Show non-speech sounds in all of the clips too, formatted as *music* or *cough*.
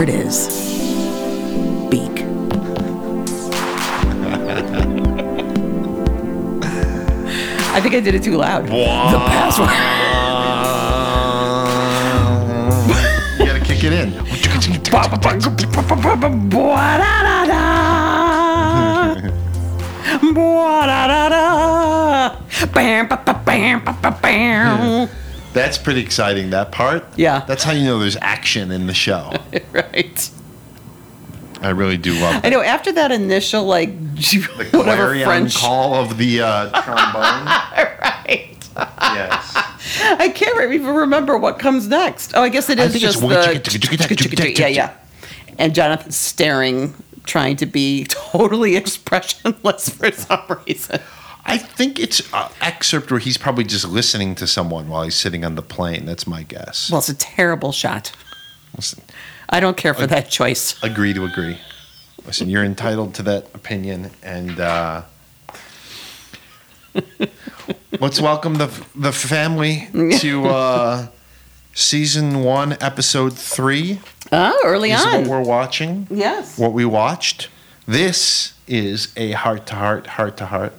It is. Beak. I think I did it too loud. The password. you gotta kick it in. Ba-ba-ba-ba-ba-ba-ba-da-da-da. Ba-da-da-da. Bam, ba-ba-bam, ba-ba-bam. That's pretty exciting, that part. Yeah. That's how you know there's action in the show. Right. I really do love I know after that initial like *laughs* The whatever clarion French call of the uh, trombone. right. yes. I can't even remember what comes next. Oh, I guess it I is think it's just way- the yeah, yeah. And Jonathan staring, trying to be totally *laughs* expressionless for some reason. I think it's an excerpt where he's probably just listening to someone while he's sitting on the plane. That's my guess. Well, it's a terrible shot. Listen, I don't care for that choice. agree to agree. Listen, you're entitled to that opinion, and uh, let's welcome the the family to uh, season one, episode three. Oh, early This is what on. we're watching. Yes. What we watched. This is a heart to heart, heart to heart.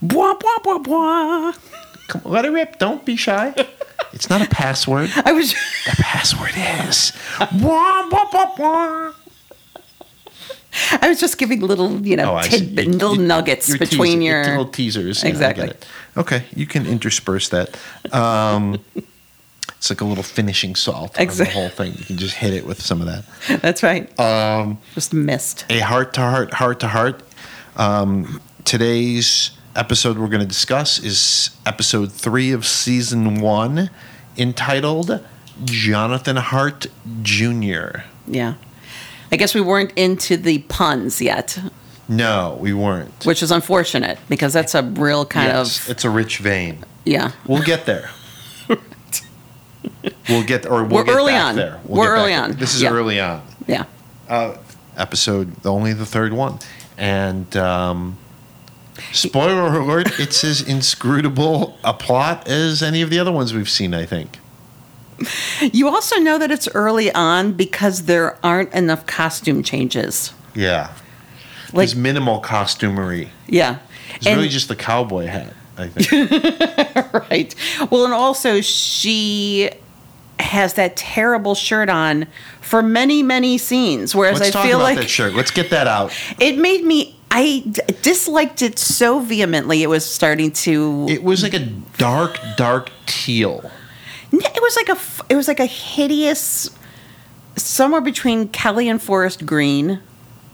Blah, blah, blah, blah. Come, let it rip. Don't be shy. It's not a password. I was. *laughs* The password is. Wah, wah, wah, wah. I was just giving little, you know, Oh, I see. tidbit, You- little you- nuggets you're between teasing- your. it's little teasers. Yeah, I get Exactly. it. Okay, you can intersperse that. Um, *laughs* it's like a little finishing salt on Exact- the whole thing. You can just hit it with some of that. *laughs* That's right. Um, just missed. A heart to heart, heart to heart. Um, today's episode we're going to discuss is episode three of season one, entitled Jonathan Hart Jr. Yeah. I guess we weren't into the puns yet, No, we weren't. which is unfortunate because that's a real kind Yes, of it's a rich vein. yeah. We'll get there. we'll get or we'll We're get early back on. there. We're get back early there. on. This is Yeah. early on Yeah. episode, only the third one, and um, spoiler alert: it's as inscrutable a plot as any of the other ones we've seen. I think. You also know that it's early on because there aren't enough costume changes. Yeah, Like there's minimal costumery. yeah. It's really just the cowboy hat. *laughs* I think. right. Well, and also she has that terrible shirt on for many, many scenes. Whereas Let's I talk feel about like that shirt. Let's get that out. it made me I d- disliked it so vehemently. It was starting to It was like a dark, dark teal. Yeah, It was like a f- it was like a hideous somewhere between Kelly and Forest Green.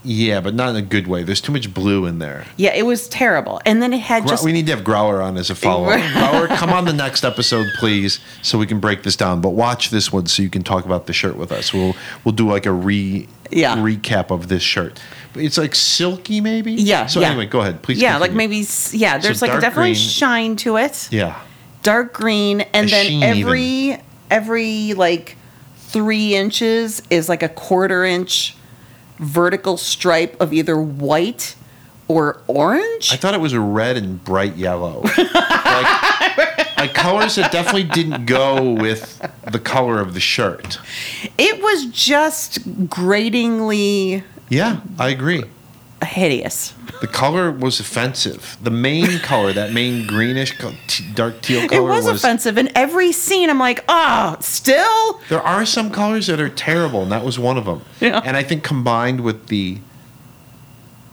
Yeah, but not in a good way. There's too much blue in there. Yeah, it was terrible. And then it had Gro- just we need to have Growler on as a follow up. *laughs* Growler, come on the next episode, please, so we can break this down. But watch this one so you can talk about the shirt with us. We'll we'll do like a re Yeah. recap of this shirt. But it's like silky, maybe. yeah. So yeah. anyway, go ahead, please. Yeah, like continue. maybe s- yeah. There's like dark definitely green. shine to it. Yeah. Dark green, and A then sheen every every like three inches is like a quarter inch vertical stripe of either white or orange. I thought it was red and *laughs* bright yellow. like, like colors that definitely didn't go with the color of the shirt. it was just gratingly Yeah, I agree. hideous. The color was offensive. The main color, that main greenish, co- t- dark teal color, it was, offensive in every scene. I'm like, ah, still. There are some colors that are terrible, and that was one of them. Yeah. And I think combined with the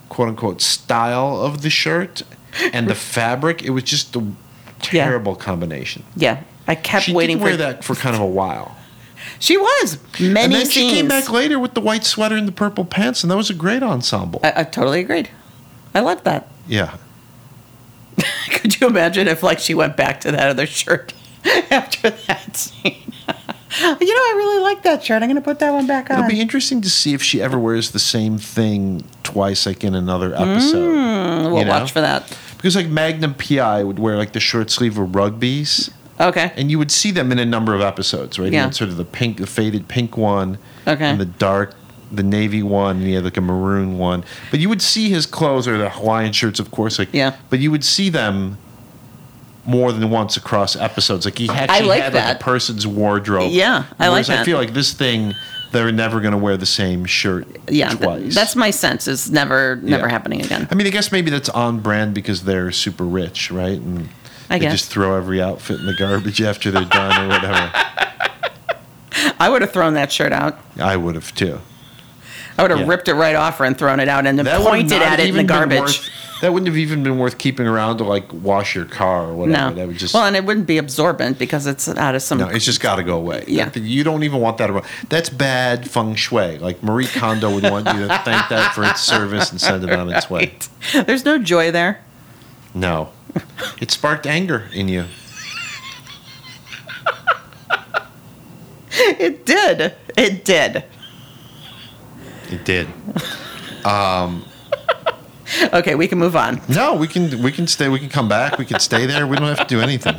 quote unquote style of the shirt and the fabric, it was just a terrible combination. Yeah, I kept She waiting did wear for that for kind of *laughs* a while. She was and many then scenes. she came back later with the white sweater and the purple pants, and that was a great ensemble. I, I totally agreed. I loved that. yeah. *laughs* Could you imagine if like she went back to that other shirt *laughs* after that scene? *laughs* you know, I really like that shirt. I'm gonna put that one back It'll on. be interesting to see if she ever wears the same thing twice, like in another episode. Mm, we'll you know? watch for that. Because like Magnum PI would wear like the short sleeve of rugbies, Okay. and you would see them in a number of episodes, right? He Yeah. had sort of the pink, the faded pink one, Okay. and the dark, the navy one, and he had like a maroon one. But you would see his clothes or the Hawaiian shirts, of course. Like, Yeah. But you would see them more than once across episodes. Like he actually like had like that. a person's wardrobe. Yeah, I like Whereas I that. feel like this thing. they're never going to wear the same shirt Yeah, th- twice. that's my sense. It's never never Yeah. happening again. I mean, I guess maybe that's on brand because they're super rich, right? And I they guess. just throw every outfit in the garbage *laughs* after they're done or whatever. I would have thrown that shirt out. I would have too. I would have Yeah. ripped it right off her and thrown it out and then That would pointed at it not in the even been garbage. worth- that wouldn't have even been worth keeping around to like wash your car or whatever. no. That would just well, and it wouldn't be absorbent because it's out of some. no, it's just got to go away. Yeah. you don't even want that around. That's bad feng shui. Like Marie Kondo would want you to thank that for its service and send it on *laughs* its way. *laughs* There's no joy there. *laughs* No, it sparked anger in you. It did. It did. It did. Okay, we can move on. No, we can we can stay. We can come back. We can stay there. We don't have to do anything.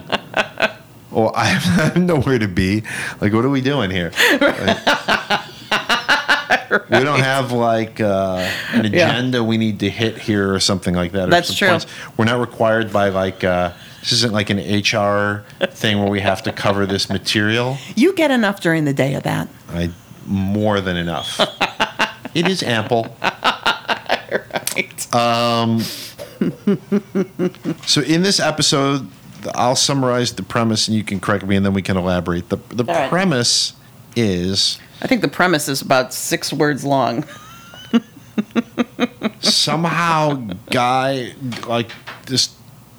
Well, I have, I have nowhere to be. Like, what are we doing here? Like, We don't have like uh, an Yeah. agenda we need to hit here or something like that. or That's some true. We're not required by like uh, this isn't like an HR thing where we have to cover this material. You get enough during the day of that. I more than enough. it is ample. Right. So in this episode, I'll summarize the premise, and you can correct me, and then we can elaborate. the The All right. premise is I think the premise is about six words long. *laughs* somehow guy like this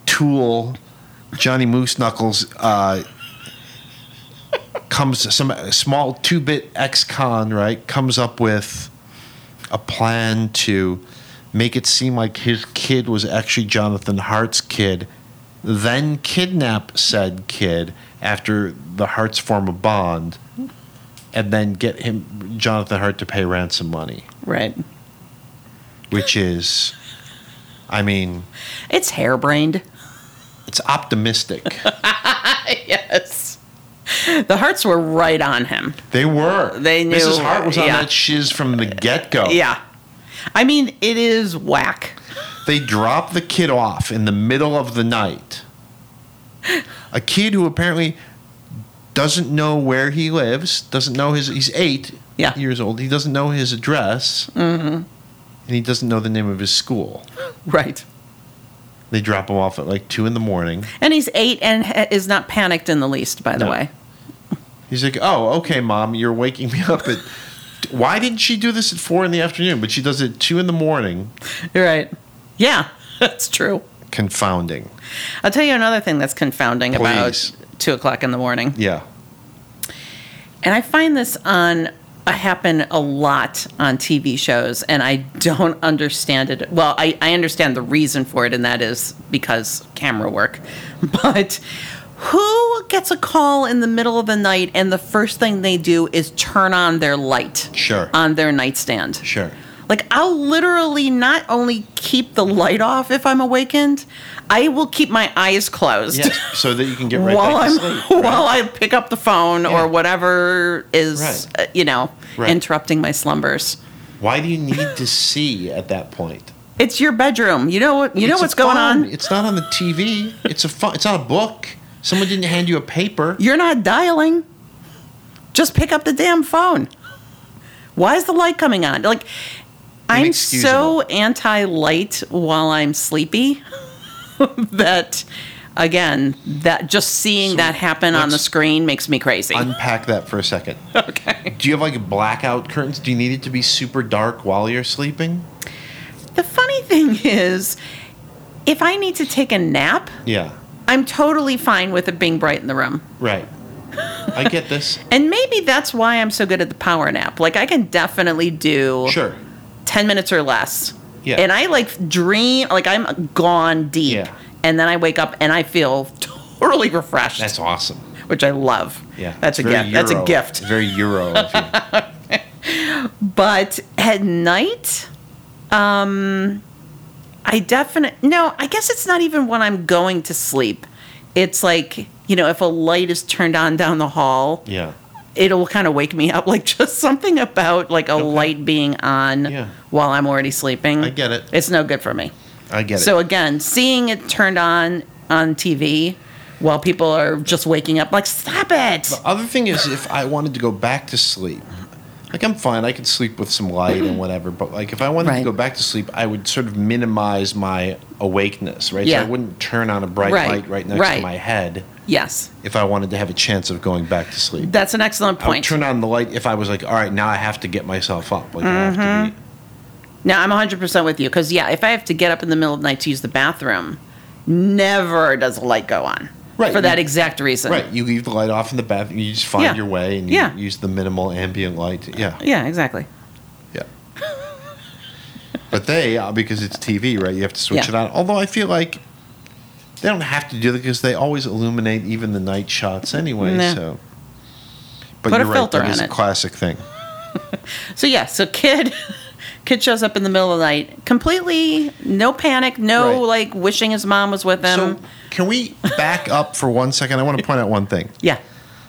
tool, Johnny Moose Knuckles, uh, comes some small two bit ex con right comes up with a plan to make it seem like his kid was actually Jonathan Hart's kid, then kidnap said kid after the Harts form a bond, and then get him Jonathan Hart to pay ransom money Right. which is, I mean, It's harebrained. it's optimistic. yes. The hearts were right on him. they were. *laughs* They knew- Mrs. Hart was on yeah. that shiz from the get go. Yeah. I mean, it is whack. They dropped the kid off in the middle of the night. A kid who apparently doesn't know where he lives, doesn't know his. He's eight Yeah. Mm-hmm. years old. He doesn't know his address, and he doesn't know the name of his school. *laughs* Right. They drop him off at like two in the morning. And he's eight and ha- is not panicked in the least, by the No. way. He's like, "Oh, okay, mom, you're waking me *laughs* up at. Why didn't she do this at four in the afternoon? But she does it at two in the morning. You're right. Yeah, *laughs* that's true. Confounding. I'll tell you another thing that's confounding Please. about two o'clock in the morning. Yeah, And I find this on I happen a lot on TV shows, and I don't understand it. Well, I, I understand the reason for it, and that is because camera work. *laughs* But who gets a call in the middle of the night, and the first thing they do is turn on their light Sure. on their nightstand? sure. Like, I'll literally not only keep the light off if I'm awakened, I will keep my eyes closed *laughs* Yes, so that you can get right while back I'm to *laughs* sleep. right? while I pick up the phone Yeah. or whatever is Right. uh, you know Right. interrupting my slumbers. Why do you need to see at that point? It's your bedroom. You know what? You It's know a what's going phone. on. It's not on the TV. It's a phone. It's not a book. Someone didn't hand you a paper. You're not dialing. Just pick up the damn phone. Why is the light coming on? Like I'm so Inexcusable. anti-light while I'm sleepy *laughs* that again, that just seeing So that happen on the let's- screen makes me crazy. Unpack that for a second. *laughs* okay. Do you have like blackout curtains? Do you need it to be super dark while you're sleeping? The funny thing is, if I need to take a nap, Yeah, I'm totally fine with it being bright in the room. right. I *laughs* get this. And maybe that's why I'm so good at the power nap. Like I can definitely do Sure. 10 minutes or less. Yeah. And I like dream like I'm gone deep. Yeah. And then I wake up and I feel *laughs* totally refreshed, That's awesome. which I love. Yeah, That's a it's very gift. That's a Euro. gift. It's very *laughs* Euro. Of you. but at night um i definitely no i guess it's not even when i'm going to sleep it's like you know if a light is turned on down the hall yeah, it'll kind of wake me up *laughs* like just something about like a light being on Yeah. while i'm already sleeping I get it. it's no good for me I get so it. again seeing it turned on on tv while people are just waking up like stop it Other thing is, if I wanted to go back to sleep, Like I'm fine. I could sleep with some light and whatever. But like if I wanted Right. to go back to sleep, I would sort of minimize my awakeness, right? Yeah. So I wouldn't turn on a bright Right. light right next Right. to my head Yes, if I wanted to have a chance of going back to sleep. that's an excellent I would point. turn on the light if I was like, all right, now I have to get myself up. Like I have to be. No, I'm 100% with you. Because, yeah, if I have to get up in the middle of the night to use the bathroom, never does a light go on. Right, For you- that exact reason. Right, you leave the light off in the bathroom. You just find Mm-hmm. Yeah. your way and you Yeah. use the minimal ambient light. Yeah, Yeah, exactly. yeah. but they, uh, because it's TV, right? You have to switch Yeah. it on. Although I feel like they don't have to do that because they always illuminate even the night shots anyway. Nah. So, but Put a you're right. filter That is on a it. classic thing. So, yeah, so kid. *laughs* Kid shows up in the middle of the night, completely no panic, no Right. like wishing his mom was with him. so, can we back up for one second? I want to point out one thing. yeah,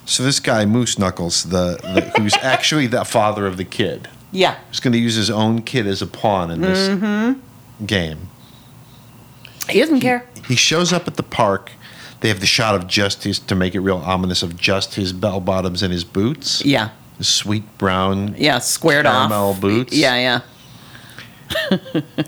So this guy Moose Knuckles, the, the *laughs* who's actually the father of the kid, yeah, who's going to use his own kid as a pawn in this Mm-hmm. game. he doesn't care. He shows up at the park. They have the shot of just his to make it real ominous of just his bell bottoms and his boots, Yeah, his sweet brown, yeah, squared Caramel off boots. Yeah, yeah,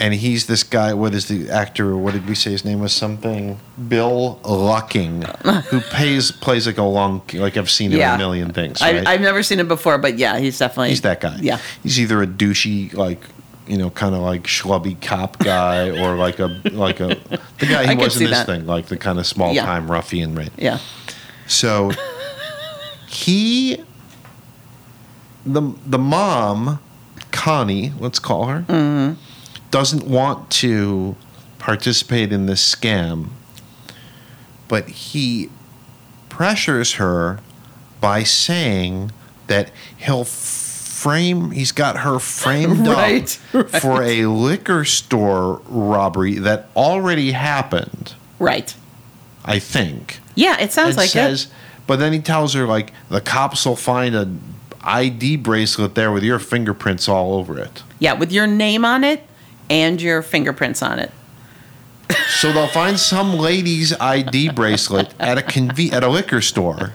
and he's this guy. What is the actor? What did we say his name was? Something Bill Lucking, who pays plays like a long like I've seen him in Yeah. a million things. I, right? I've never seen him before, but yeah, he's definitely He's that guy. Yeah, He's either a douchey, like you know, kind of like schlubby cop guy, or like a like a the guy I he could was see in this that. thing, like the kind of small time ruffian, right? yeah, So he, the the mom, Connie, let's call her, Mm-hmm. doesn't want to participate in this scam, but he pressures her by saying that he'll frame. He's got *laughs* her framed Right, up for a liquor store robbery that already happened. right. I I think yeah, it sounds and like says, it. but then he tells her like the cops will find a ID bracelet there with your fingerprints all over it. Yeah, with your name on it and your fingerprints on it. So they'll find some lady's ID bracelet at a conve- at a liquor store,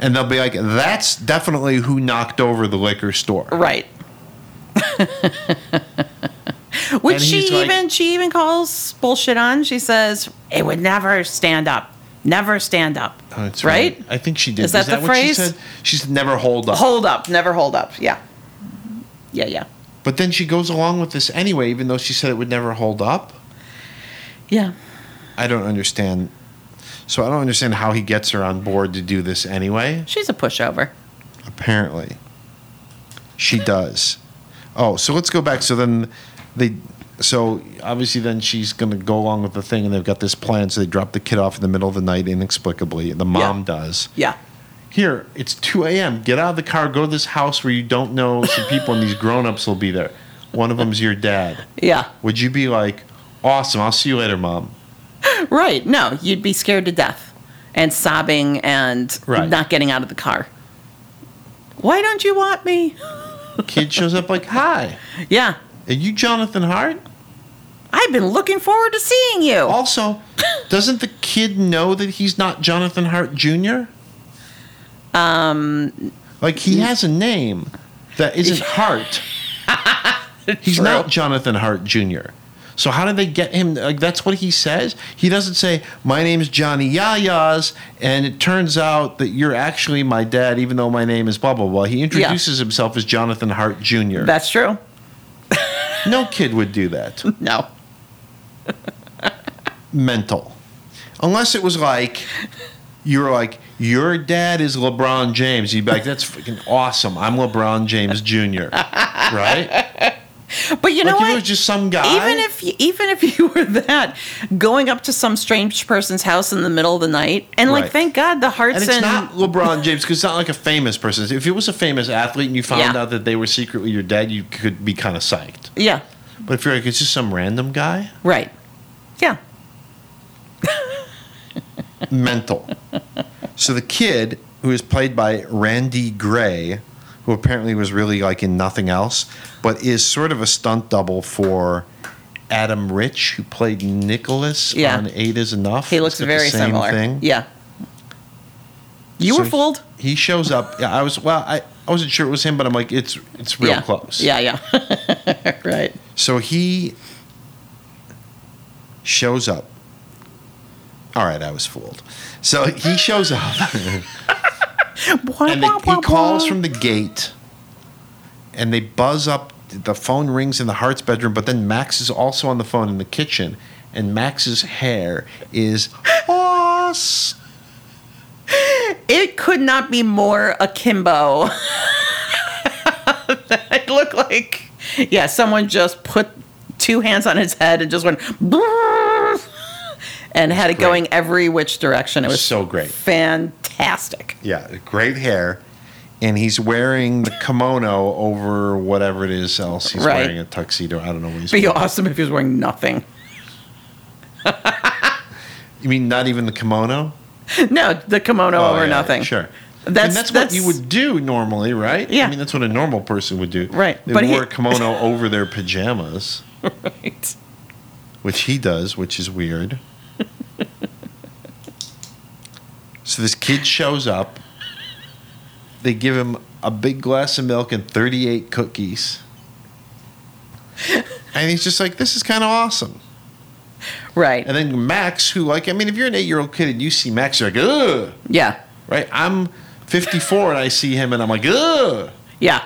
and they'll be like, "That's definitely who knocked over the liquor store." Right. *laughs* Which And she he's like- even she even calls bullshit on. She says it would never stand up, never stand up. Oh, that's right? I think she did. Is that the what phrase? She said she's never hold up. Hold up, never hold up. Yeah, yeah, yeah, but then she goes along with this anyway, even though she said it would never hold up. yeah. I don't understand. So I don't understand how he gets her on board to do this anyway. She's a pushover. Apparently, she does. Oh, so let's go back. So then they, so obviously then she's going to go along with the thing, and they've got this plan. So they drop the kid off in the middle of the night inexplicably. The mom Yeah. does. Yeah, Here, it's two a.m. Get out of the car. Go to this house where you don't know some people, and these grown-ups will be there. One of them's your dad. yeah. Would you be like, awesome? I'll see you later, mom. Right. No, you'd be scared to death and sobbing and Right. not getting out of the car. Why don't you want me? Kid shows up like, hi. Yeah. Are you Jonathan Hart? I've been looking forward to seeing you. Also, doesn't the kid know that he's not Jonathan Hart Jr.? Um, Like he has a name that isn't Hart. He's not Jonathan Hart Jr. So how did they get him? Like that's what he says. He doesn't say my name's Johnny Yayas, and it turns out that you're actually my dad, even though my name is blah blah blah. He introduces himself as Jonathan Hart Jr. that's true. no kid would do that. No. mental. Unless it was like you were like your dad is LeBron James, you'd be like, "That's freaking awesome! I'm LeBron James Jr." Right? But *laughs* you know like what? if it was just some guy, even if you, even if *laughs* you were that going up to some strange person's house in the middle of the night and like Right. thank God the hearts and and, it's not LeBron James because it's not like a famous person. If it was a famous athlete and you found Yeah. out that they were secretly your dad, you could be kind of psyched. yeah But if you're like, it's just some random guy, right yeah mental. So the kid, who is played by Randy Gray, who apparently was really like in nothing else, but is sort of a stunt double for Adam Rich, who played Nicholas Yeah. on Eight Is Enough. he It's looks got the very same similar Thing. yeah you So were fooled He, he shows up. Yeah, I was. Well, I I wasn't sure it was him, but I'm like, it's it's real yeah. close. Yeah, *laughs* yeah. right. So he shows up. All right, I was fooled. So he shows up and they, he calls from the gate and they buzz up. The phone rings in the Hart's bedroom, but then Max is also on the phone in the kitchen, and Max's hair is awesome. It could not be more akimbo. *laughs* it looked like, yeah, someone just put two hands on his head and just went *laughs* "Brrr," and had it Great. going every which direction. It was So great. fantastic. Yeah, great hair. And he's wearing the kimono over whatever it is else. He's Right. wearing a tuxedo. I don't know what he's Be wearing. awesome if he was wearing nothing. You mean not even the kimono? No, the kimono Oh, over yeah, nothing. Sure. That's- and that's, that's- what you would do normally, right? Yeah. I mean, that's what a normal person would do. Right, They but he- wore a kimono over their pajamas, Right. which he does, which is weird. so this kid shows up. They give him a big glass of milk and 38 cookies. And he's just like, this is kind of awesome. *laughs* Right. And then Max, who, like, I mean, if you're an eight year old kid and you see Max, you're like, ugh. yeah. right? I'm 54 and I see him and I'm like, ugh. Yeah.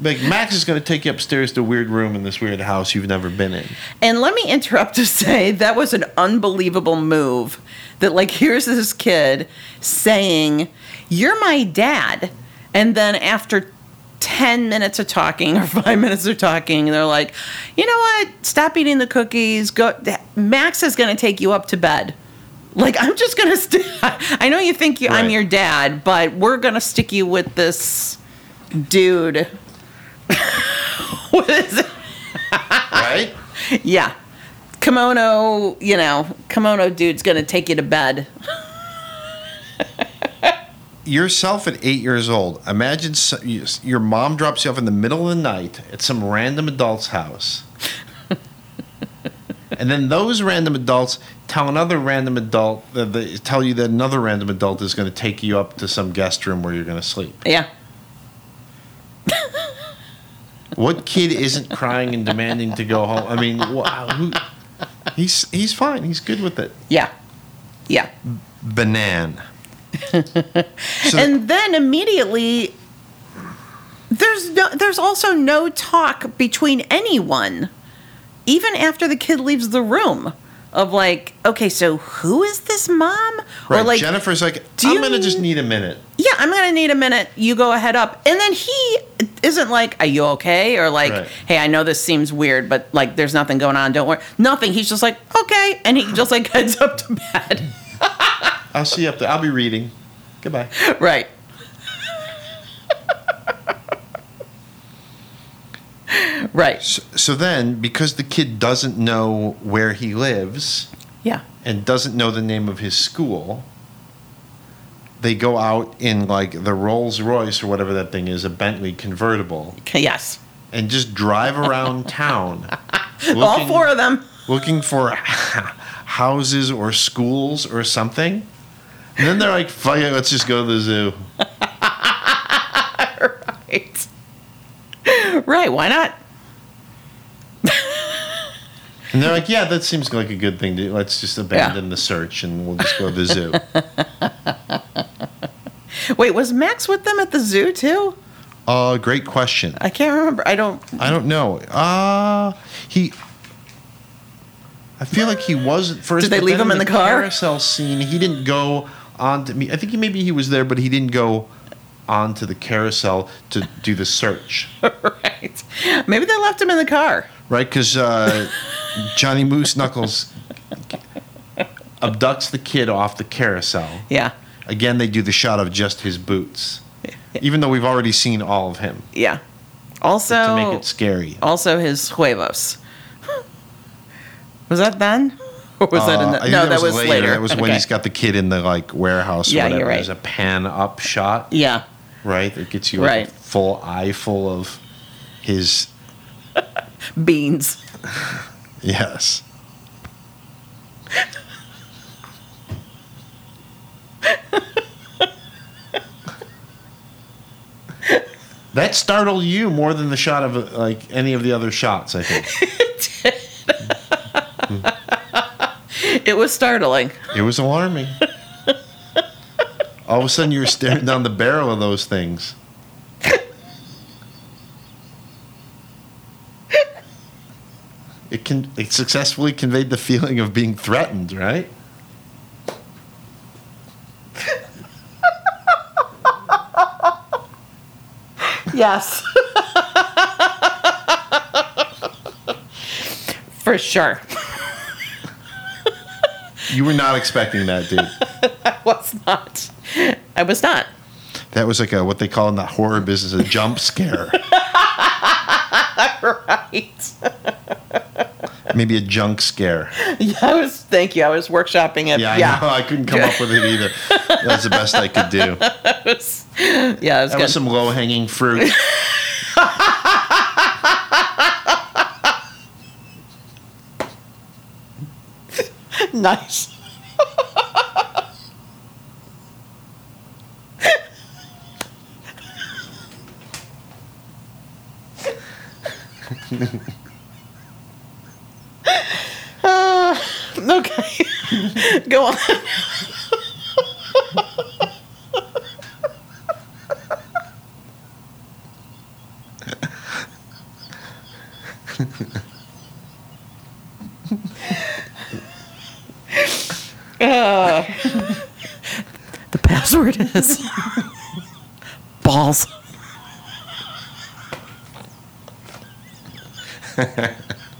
Like Max is going to take you upstairs to a weird room in this weird house you've never been in. And let me interrupt to *laughs* say that was an unbelievable move. That, like, here's this kid saying, You're my dad. And then after 10 minutes of talking or *laughs* five minutes of talking, they're like, You know what? Stop eating the cookies. Go. Max is going to take you up to bed. Like, I'm just going to. *laughs* St- I know you think you, I'm Right. your dad, but we're going to stick you with this dude. *laughs* what is it? Right? Yeah. Kimono, you know, kimono dude's gonna take you to bed. Yourself at eight years old, imagine so- you- your mom drops you off in the middle of the night at some random *laughs* adult's house. and then those random adults tell another random adult, that they tell you that another random adult is going to take you up to some guest room where you're going to sleep. Yeah. What kid isn't crying and demanding to go home? I mean, wow, who, he's he's fine. He's good with it. Yeah. Yeah. Banan. *laughs* So, And then immediately there's no there's also no talk between anyone. Even after the kid leaves the room of like, okay, so who is this mom? right, or like Jennifer's like, do I'm you- gonna just need a minute. yeah, I'm gonna need a minute. You go ahead up, and then he isn't like, "Are you okay?" or like, Right. "Hey, I know this seems weird, but like, there's nothing going on. Don't worry." Nothing. He's just like, "Okay," and he just like *laughs* heads up to bed. *laughs* I'll see you up there. I'll be reading. Goodbye. right. *laughs* right. So, so then, because the kid doesn't know where he lives Yeah. and doesn't know the name of his school, they go out in like the Rolls Royce or whatever that thing is, a Bentley convertible, Okay, Yes. and just drive *laughs* around town. All looking- four of them. *laughs* looking for *laughs* houses or schools or something. And then they're like, fuck it, let's just go to the zoo. Right. right. Why not? And they're like, yeah, that seems like a good thing to do. Let's just abandon the search and we'll just go to the *laughs* zoo. Wait, was Max with them at the zoo too? Uh, great question. I can't remember. I don't. *laughs* I don't know. Uh, he. I feel like he was at first. Did they but leave then him in the car? Carousel scene. He didn't go on to me. I think he, maybe he was there, but he didn't go on to the carousel to do the search. right. Maybe they left him in the car. right? Because uh, Johnny Moose Knuckles abducts the kid off the carousel. Yeah. Again, they do the shot of just his boots, even though we've already seen all of him Yeah. Also, to make it scary. also his huevos. Was that then? *laughs* Or was that in Uh, the, I think no? That, was, later. That was when Okay. he's got the kid in the like warehouse. Or Yeah, whatever. you're right. There's a pan up shot, Yeah. right? That gets you like, Right. a full eye full of his Beans. *laughs* Yes. That startled you more than the shot of uh, like any of the other shots, I think. It was startling. it was alarming. All of a sudden, you were staring down the barrel of those things. It can it successfully conveyed the feeling of being threatened, right? Yes. *laughs* For sure. You were not expecting that, dude. I was not. I was not. *laughs* That was like a what they call in the horror business a jump scare, Right. *laughs* maybe a junk scare. Yeah, I was thank you. I was workshopping it. Yeah, *laughs* I know. I couldn't come up with it either. That was the best I could do. That It was, yeah, it was good. was some low hanging fruit. *laughs* nice. Uh, okay. *laughs* Go on. The password *laughs* is balls. *laughs*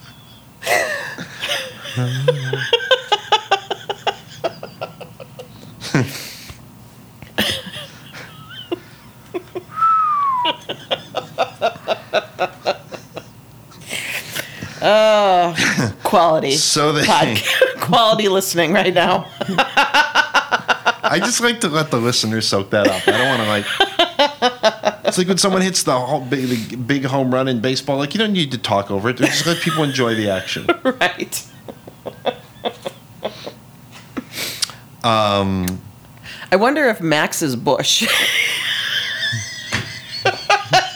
Oh, *laughs* quality. So they- Podca- *laughs* quality listening right now. I just like to let the listeners soak that up. I don't want to like. *laughs* It's like when someone hits the whole big, the big home run in baseball. Like you don't need to talk over it. Just let people enjoy *laughs* the action. right. Um, I wonder if Max is Bush.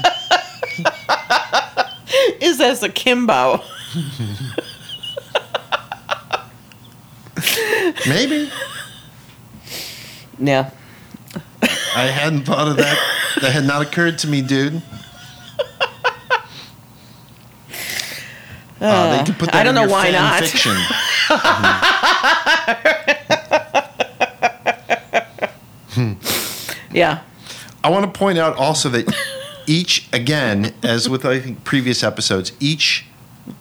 *laughs* is as a Kimbo. maybe Yeah. I hadn't thought of that. That had not occurred to me, dude. Uh, they could put that I don't in know your why fan not. *laughs* Fiction. Yeah. I want to point out also that each, again, as with I think previous episodes, each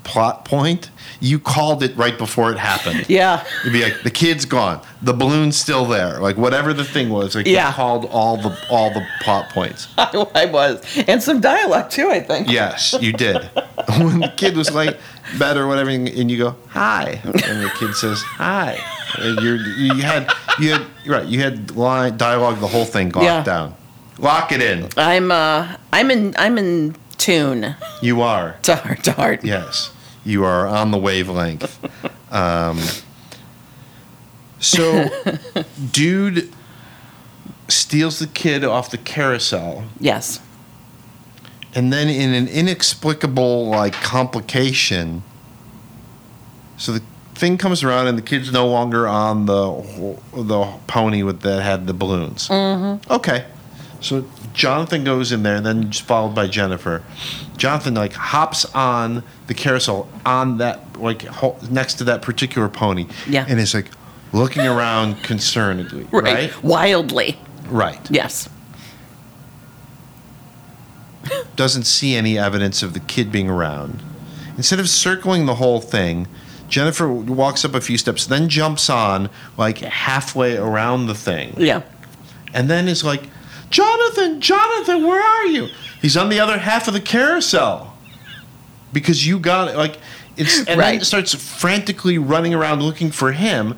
plot point you called it right before it happened. Yeah. *laughs* It'd be like the kid's gone, the balloon's still there, like whatever the thing was. Like Yeah. you called all the all the plot points. I, I was. And some dialogue too, I think. Yes, you did. *laughs* when the kid was like bed or whatever, and and you go hi, and the kid says hi, and you're, you had you had right, you had line dialogue the whole thing locked Yeah. down. Lock it in. I'm uh I'm in I'm in tune You are. to heart to heart. Yes, you are on the wavelength. Um, so, dude steals the kid off the carousel, Yes. and then in an inexplicable like complication, so the thing comes around and the kid's no longer on the ho- the pony with that had the balloons. Mm-hmm. Okay. So Jonathan goes in there, and then just followed by Jennifer. Jonathan like hops on the carousel on that like ho- next to that particular pony, Yeah. and is like looking around concernedly, right? Wildly. Right. Yes. doesn't see any evidence of the kid being around. Instead of circling the whole thing, Jennifer walks up a few steps, then jumps on like halfway around the thing, Yeah. and then is like, Jonathan, Jonathan, where are you? He's on the other half of the carousel because you got it. Like, it's and then Right. it starts frantically running around looking for him,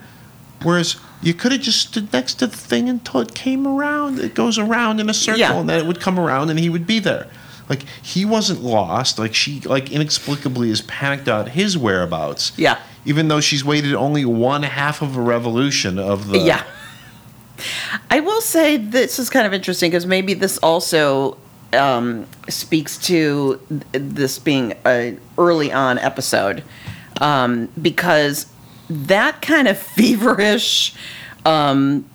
whereas. You could have just stood next to the thing until it came around. It goes around in a circle, Yeah. and then it would come around, and he would be there. Like he wasn't lost. Like she, like inexplicably, is panicked out his whereabouts. Yeah. Even though she's waited only one half of a revolution of the. yeah. I will say this is kind of interesting because maybe this also um, speaks to th- this being an early on episode um, because that kind of *laughs* feverish, um,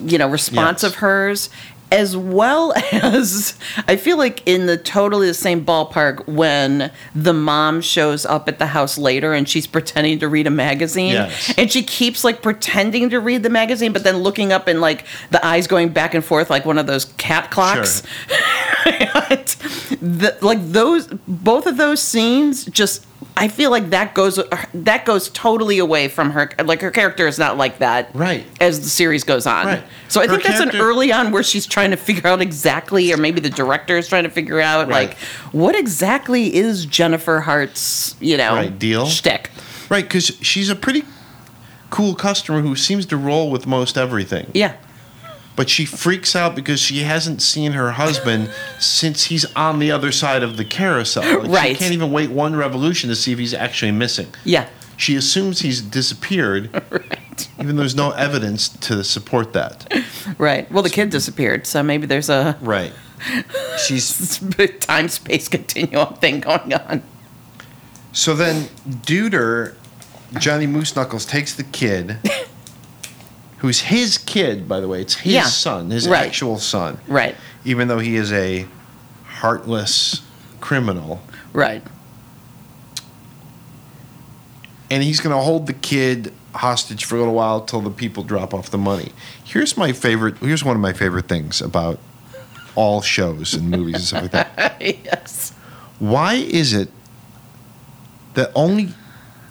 you know, response Yes. of hers, as well *laughs* as I feel like in the totally the same ballpark when the mom shows up at the house later and she's pretending to read a magazine Yes. and she keeps like pretending to read the magazine but then looking up and like the eyes going back and forth like one of those cat clocks. *laughs* the, like those both of those scenes just I feel like that goes that goes totally away from her like her character is not like that Right. as the series goes on. Right. So I Her think that's an character- early on where she's trying to figure out exactly or maybe the director is trying to figure out Right. like what exactly is Jennifer Hart's, you know, Right, deal. shtick. Right, because she's a pretty cool customer who seems to roll with most everything. Yeah. But she freaks out because she hasn't seen her husband since he's on the other side of the carousel. Like, She Right. can't even wait one revolution to see if he's actually missing. Yeah. *laughs* She assumes he's disappeared, Right. even though there's no evidence to support that. Right. Well, the kid disappeared, so maybe there's a *laughs* Right. She's time space continuum thing going on. so then Duder, Johnny Moose Knuckles takes the kid, who's his kid, by the way. It's his Yeah. son, his Right. actual son. Right. even though he is a heartless criminal. Right. And he's going to hold the kid hostage for a little while till the people drop off the money. Here's my favorite. Here's one of my favorite things about all shows and movies and stuff like that. *laughs* yes. Why is it that only,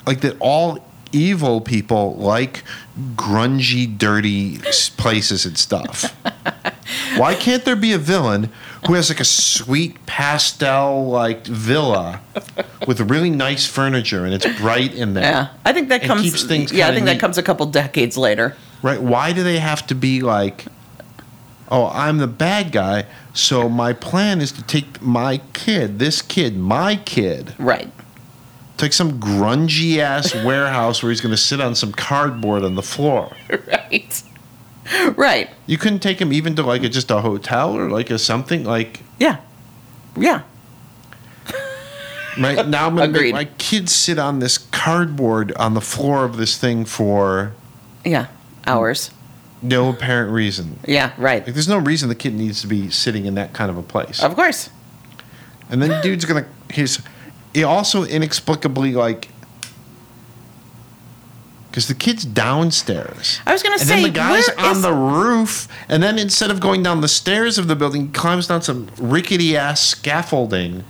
like that, all evil people like grungy, dirty s- places and stuff? Why can't there be a villain who has like a sweet pastel like villa with really nice furniture and it's bright in there? Yeah. I think that It comes keeps things Yeah, I kinda think neat. that comes a couple decades later. Right? Why do they have to be like, oh, I'm the bad guy, so my plan is to take my kid, this kid, my kid, Right. take some grungy *laughs* ass warehouse where he's going to sit on some cardboard on the floor. Right. *laughs* Right. You couldn't take him even to like a, just a hotel or like a something like Yeah. Yeah. *laughs* Right now, I'm gonna make Agreed. my kids sit on this cardboard on the floor of this thing for Yeah. Hours. no apparent reason. Yeah. Right. Like, there's no reason the kid needs to be sitting in that kind of a place. Of course. And then, dude's gonna his. It also inexplicably like because the kid's downstairs. I was gonna and say, then the guy's where on is- the roof, and then instead of going down the stairs of the building, he climbs down some rickety ass scaffolding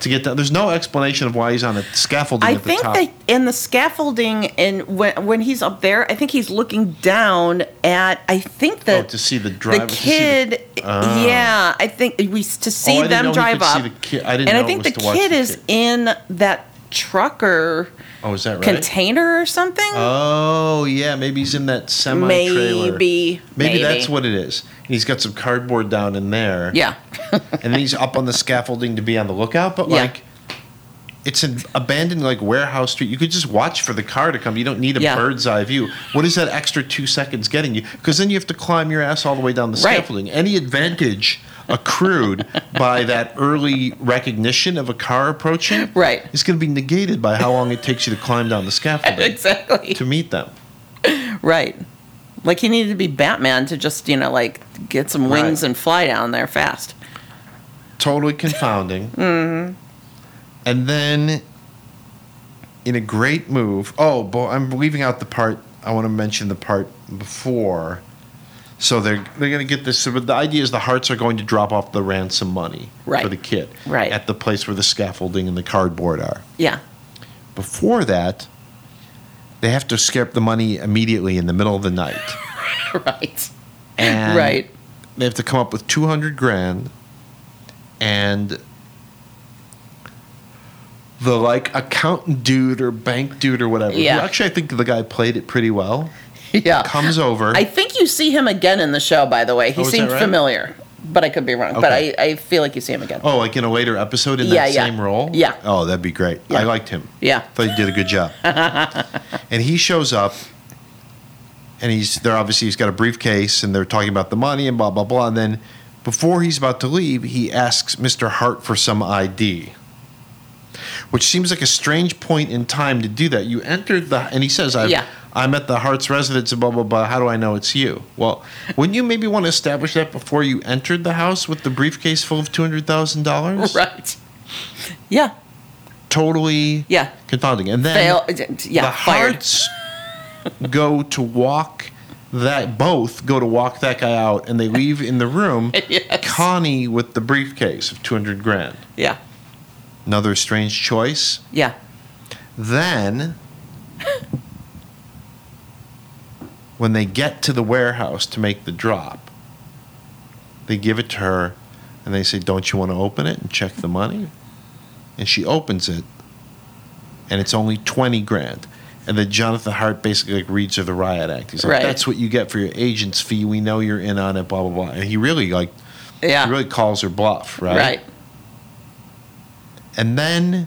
to get down. There's no explanation of why he's on the scaffolding. I at the think top. that in the scaffolding and when when he's up there, I think he's looking down at I think the Oh, to see the the drive. to see the- kid Ah. yeah i think we to Oh, see I didn't know them he drive could up see the kid. I didn't and know i it think was the to watch the kid is kid. in that trucker Oh, is that right? container or something Oh, yeah. Maybe he's in that semi trailer. maybe, Maybe that's what it is. And he's got some cardboard down in there. *laughs* yeah And then he's up on the scaffolding to be on the lookout. But Yeah. like, it's an abandoned like warehouse street. You could just watch for the car to come. You don't need a Yeah. bird's eye view. What is that extra two seconds getting you? Because then you have to climb your ass all the way down the Right. scaffolding. Any advantage *laughs* accrued by that early recognition of a car approaching Right. is going to be negated by how long it takes you to climb down the *laughs* scaffolding exactly to meet them. right like he needed to be batman to just you know like get some Right. wings and fly down there fast totally *laughs* confounding. mm-hmm. And then, in a great move, oh, but I'm leaving out the part. I want to mention the part before. So they're they're going to get this. So the idea is the hearts are going to drop off the ransom money for Right. the kid Right. at the place where the scaffolding and the cardboard are. yeah *laughs* Before that, they have to scare up the money immediately in the middle of the night. right *laughs* And right they have to come up with 200 grand and the like accountant dude or bank dude or whatever who Yeah. actually i think the guy played it pretty well yeah comes over *laughs* I think you see him again in the show, by the way. He Oh, is that seemed right? familiar, but I could be wrong. But Okay. I, I feel like you see him again. oh like in a later episode in Yeah, that yeah. same role Yeah. oh that'd be great i Yeah. liked him Yeah. thought he did a *laughs* good job and he shows up and he's they're obviously he's got a briefcase and they're talking about the money and blah blah blah and then Before he's about to leave, he asks Mr. Hart for some ID, which seems like a strange point in time to do that. You entered the, and he says, I've, Yeah. I'm at the Hart's residence, blah, blah, blah. How do I know it's you? Well, wouldn't you maybe want to establish that before you entered the house with the briefcase full of *laughs* $200,000? Right. Yeah. Totally Yeah. confounding. And then Fail. Yeah. the fired. Hearts go to walk that both go to walk that guy out, and they leave in the room. *laughs* *laughs* Yes. Connie with the briefcase of two hundred grand. Yeah. Another strange choice. Yeah. Then, when they get to the warehouse to make the drop, they give it to her, and they say, "Don't you want to open it and check the money?" And she opens it, and it's only twenty grand. And then Jonathan Hart basically like reads her the riot act. He's like, Right. "That's what you get for your agent's fee. We know you're in on it." Blah blah blah. And he really like Yeah. he really calls her bluff, right? right. And then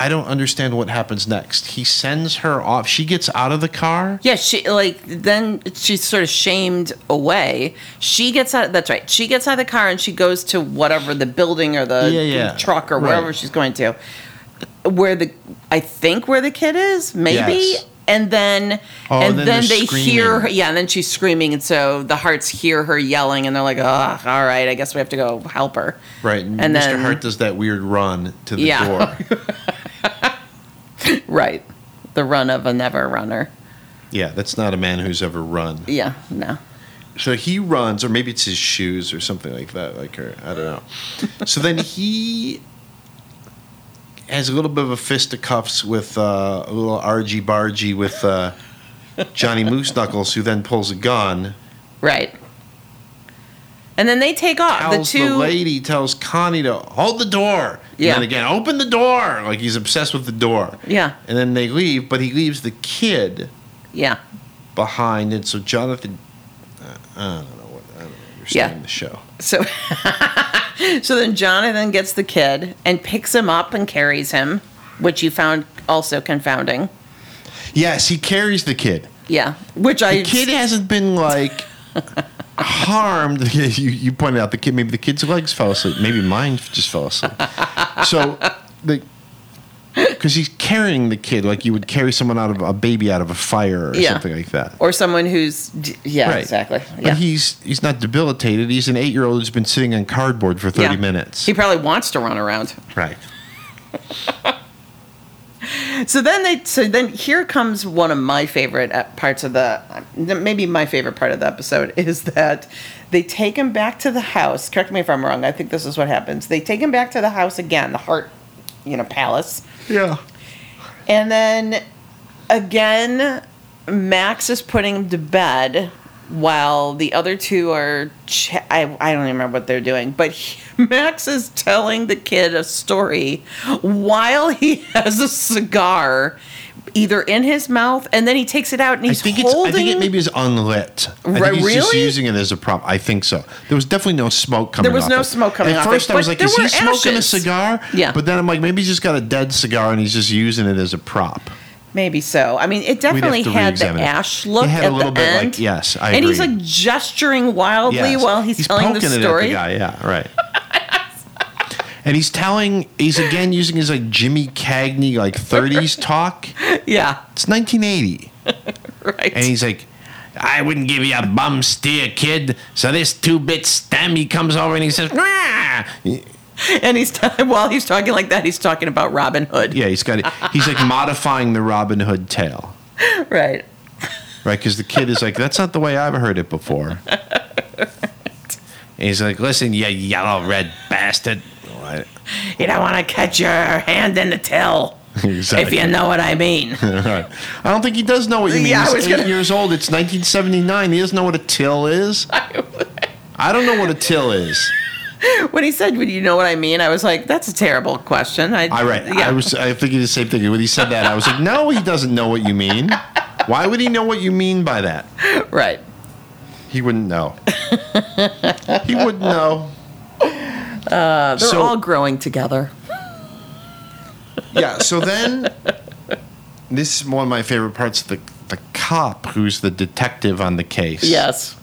I don't understand what happens next. He sends her off. She gets out of the car. Yeah, she like then she's sort of shamed away. She gets out. That's right. She gets out of the car and she goes to whatever the building or the Yeah, yeah. truck or Right. wherever she's going to, where the I think where the kid is maybe. Yes. And then, Oh, and then then, they're they hear, screaming. her, yeah, and then she's screaming, and so the hearts hear her yelling, and they're like, "Ugh, all right, I guess we have to go help her." Right. And, Mr. And then- Hart does that weird run to the Yeah. door. Right, the run of a never runner. yeah, that's not a man who's ever run. Yeah, no, So he runs, or maybe it's his shoes or something like that, like her. I don't know. so then he has a little bit of a fisticuffs with uh, a little argy bargy with uh, Johnny Moose Knuckles, who then pulls a gun. right. And then they take off. tells the the, two lady tells Connie to hold the door. Yeah. And then again, open the door. Like he's obsessed with the door. Yeah, And then they leave, but he leaves the kid yeah, behind. And so Jonathan, uh, I don't know what I don't understand Yeah. the show. So, *laughs* so then Jonathan gets the kid and picks him up and carries him, which you found also confounding. Yes, he carries the kid. Yeah, which The I kid hasn't been *laughs* like harmed. *laughs* Yeah, you, you pointed out the kid. Maybe the kid's legs fell asleep. Maybe mine just fell asleep. So the. Because he's carrying the kid like you would carry someone out of a baby out of a fire or Yeah. something like that. or someone who's d- yeah exactly But yeah. he's he's not debilitated. He's an eight year old who's been sitting on cardboard for thirty Yeah. minutes. He probably wants to run around. right. So then they so then here comes one of my favorite uh, parts of the maybe my favorite part of the episode *laughs* is that they take him back to the house. Correct me if I'm wrong. I think this is what happens. They take him back to the house again, the heart, you know, palace. Yeah. And then again, Max is putting him to bed while the other two are. Ch- I, I don't even remember what they're doing, but he- *laughs* Max is telling the kid a story while he *laughs* has a cigar either in his mouth and then he takes it out and I he's think it's. holding I think it maybe is unlit. I Right, think he's just really? using it as a prop. I think so. There was definitely no smoke coming. There was off no it. smoke coming At off first, it, I was but like, there "Is he were smoking a ashes. cigar?" Yeah. But then I'm like, maybe he's just got a dead cigar and he's just using it as a prop. Maybe so. I mean, it have definitely to had the re-examine it. ash It look had a at little the bit like- end. yes, I And he's agree. like gesturing wildly Yes. while he's, telling the poking story. It at the guy, yeah, right. and he's telling. He's again using his like Jimmy Cagney like 30s talk. *laughs* Yeah, It's 1980. right. And he's like, I wouldn't give you a bum steer, kid. So this two bit stem, he comes over and he says, "Rah!" *laughs* And he's t- while he's talking like that, he's talking about Robin Hood. Yeah, he's got it. He's like modifying the Robin Hood tale, Right. right? Because the kid is like, that's not the way I've heard it before. And he's like, listen, you yellow red bastard. Right. You don't want to catch your hand in the till, if *laughs* Exactly. you know what I *laughs* mean. Right. I don't think he does know what you mean. Yeah, I he's was 8 gonna- years old. It's 1979. He doesn't know what a *laughs* till is. I don't know what a till is. when he said, "Would you know what I mean?" I was like, "That's a terrible question." I, I right. Yeah. I was I thinking the same thing. When he said that, I was like, no, he doesn't know what you mean. Why would he know what you mean by that? right. He wouldn't know. he wouldn't know. Uh, they're So- *laughs* all growing together. Yeah. So then, this is one of my favorite parts. The the cop who's the detective on the case. Yes.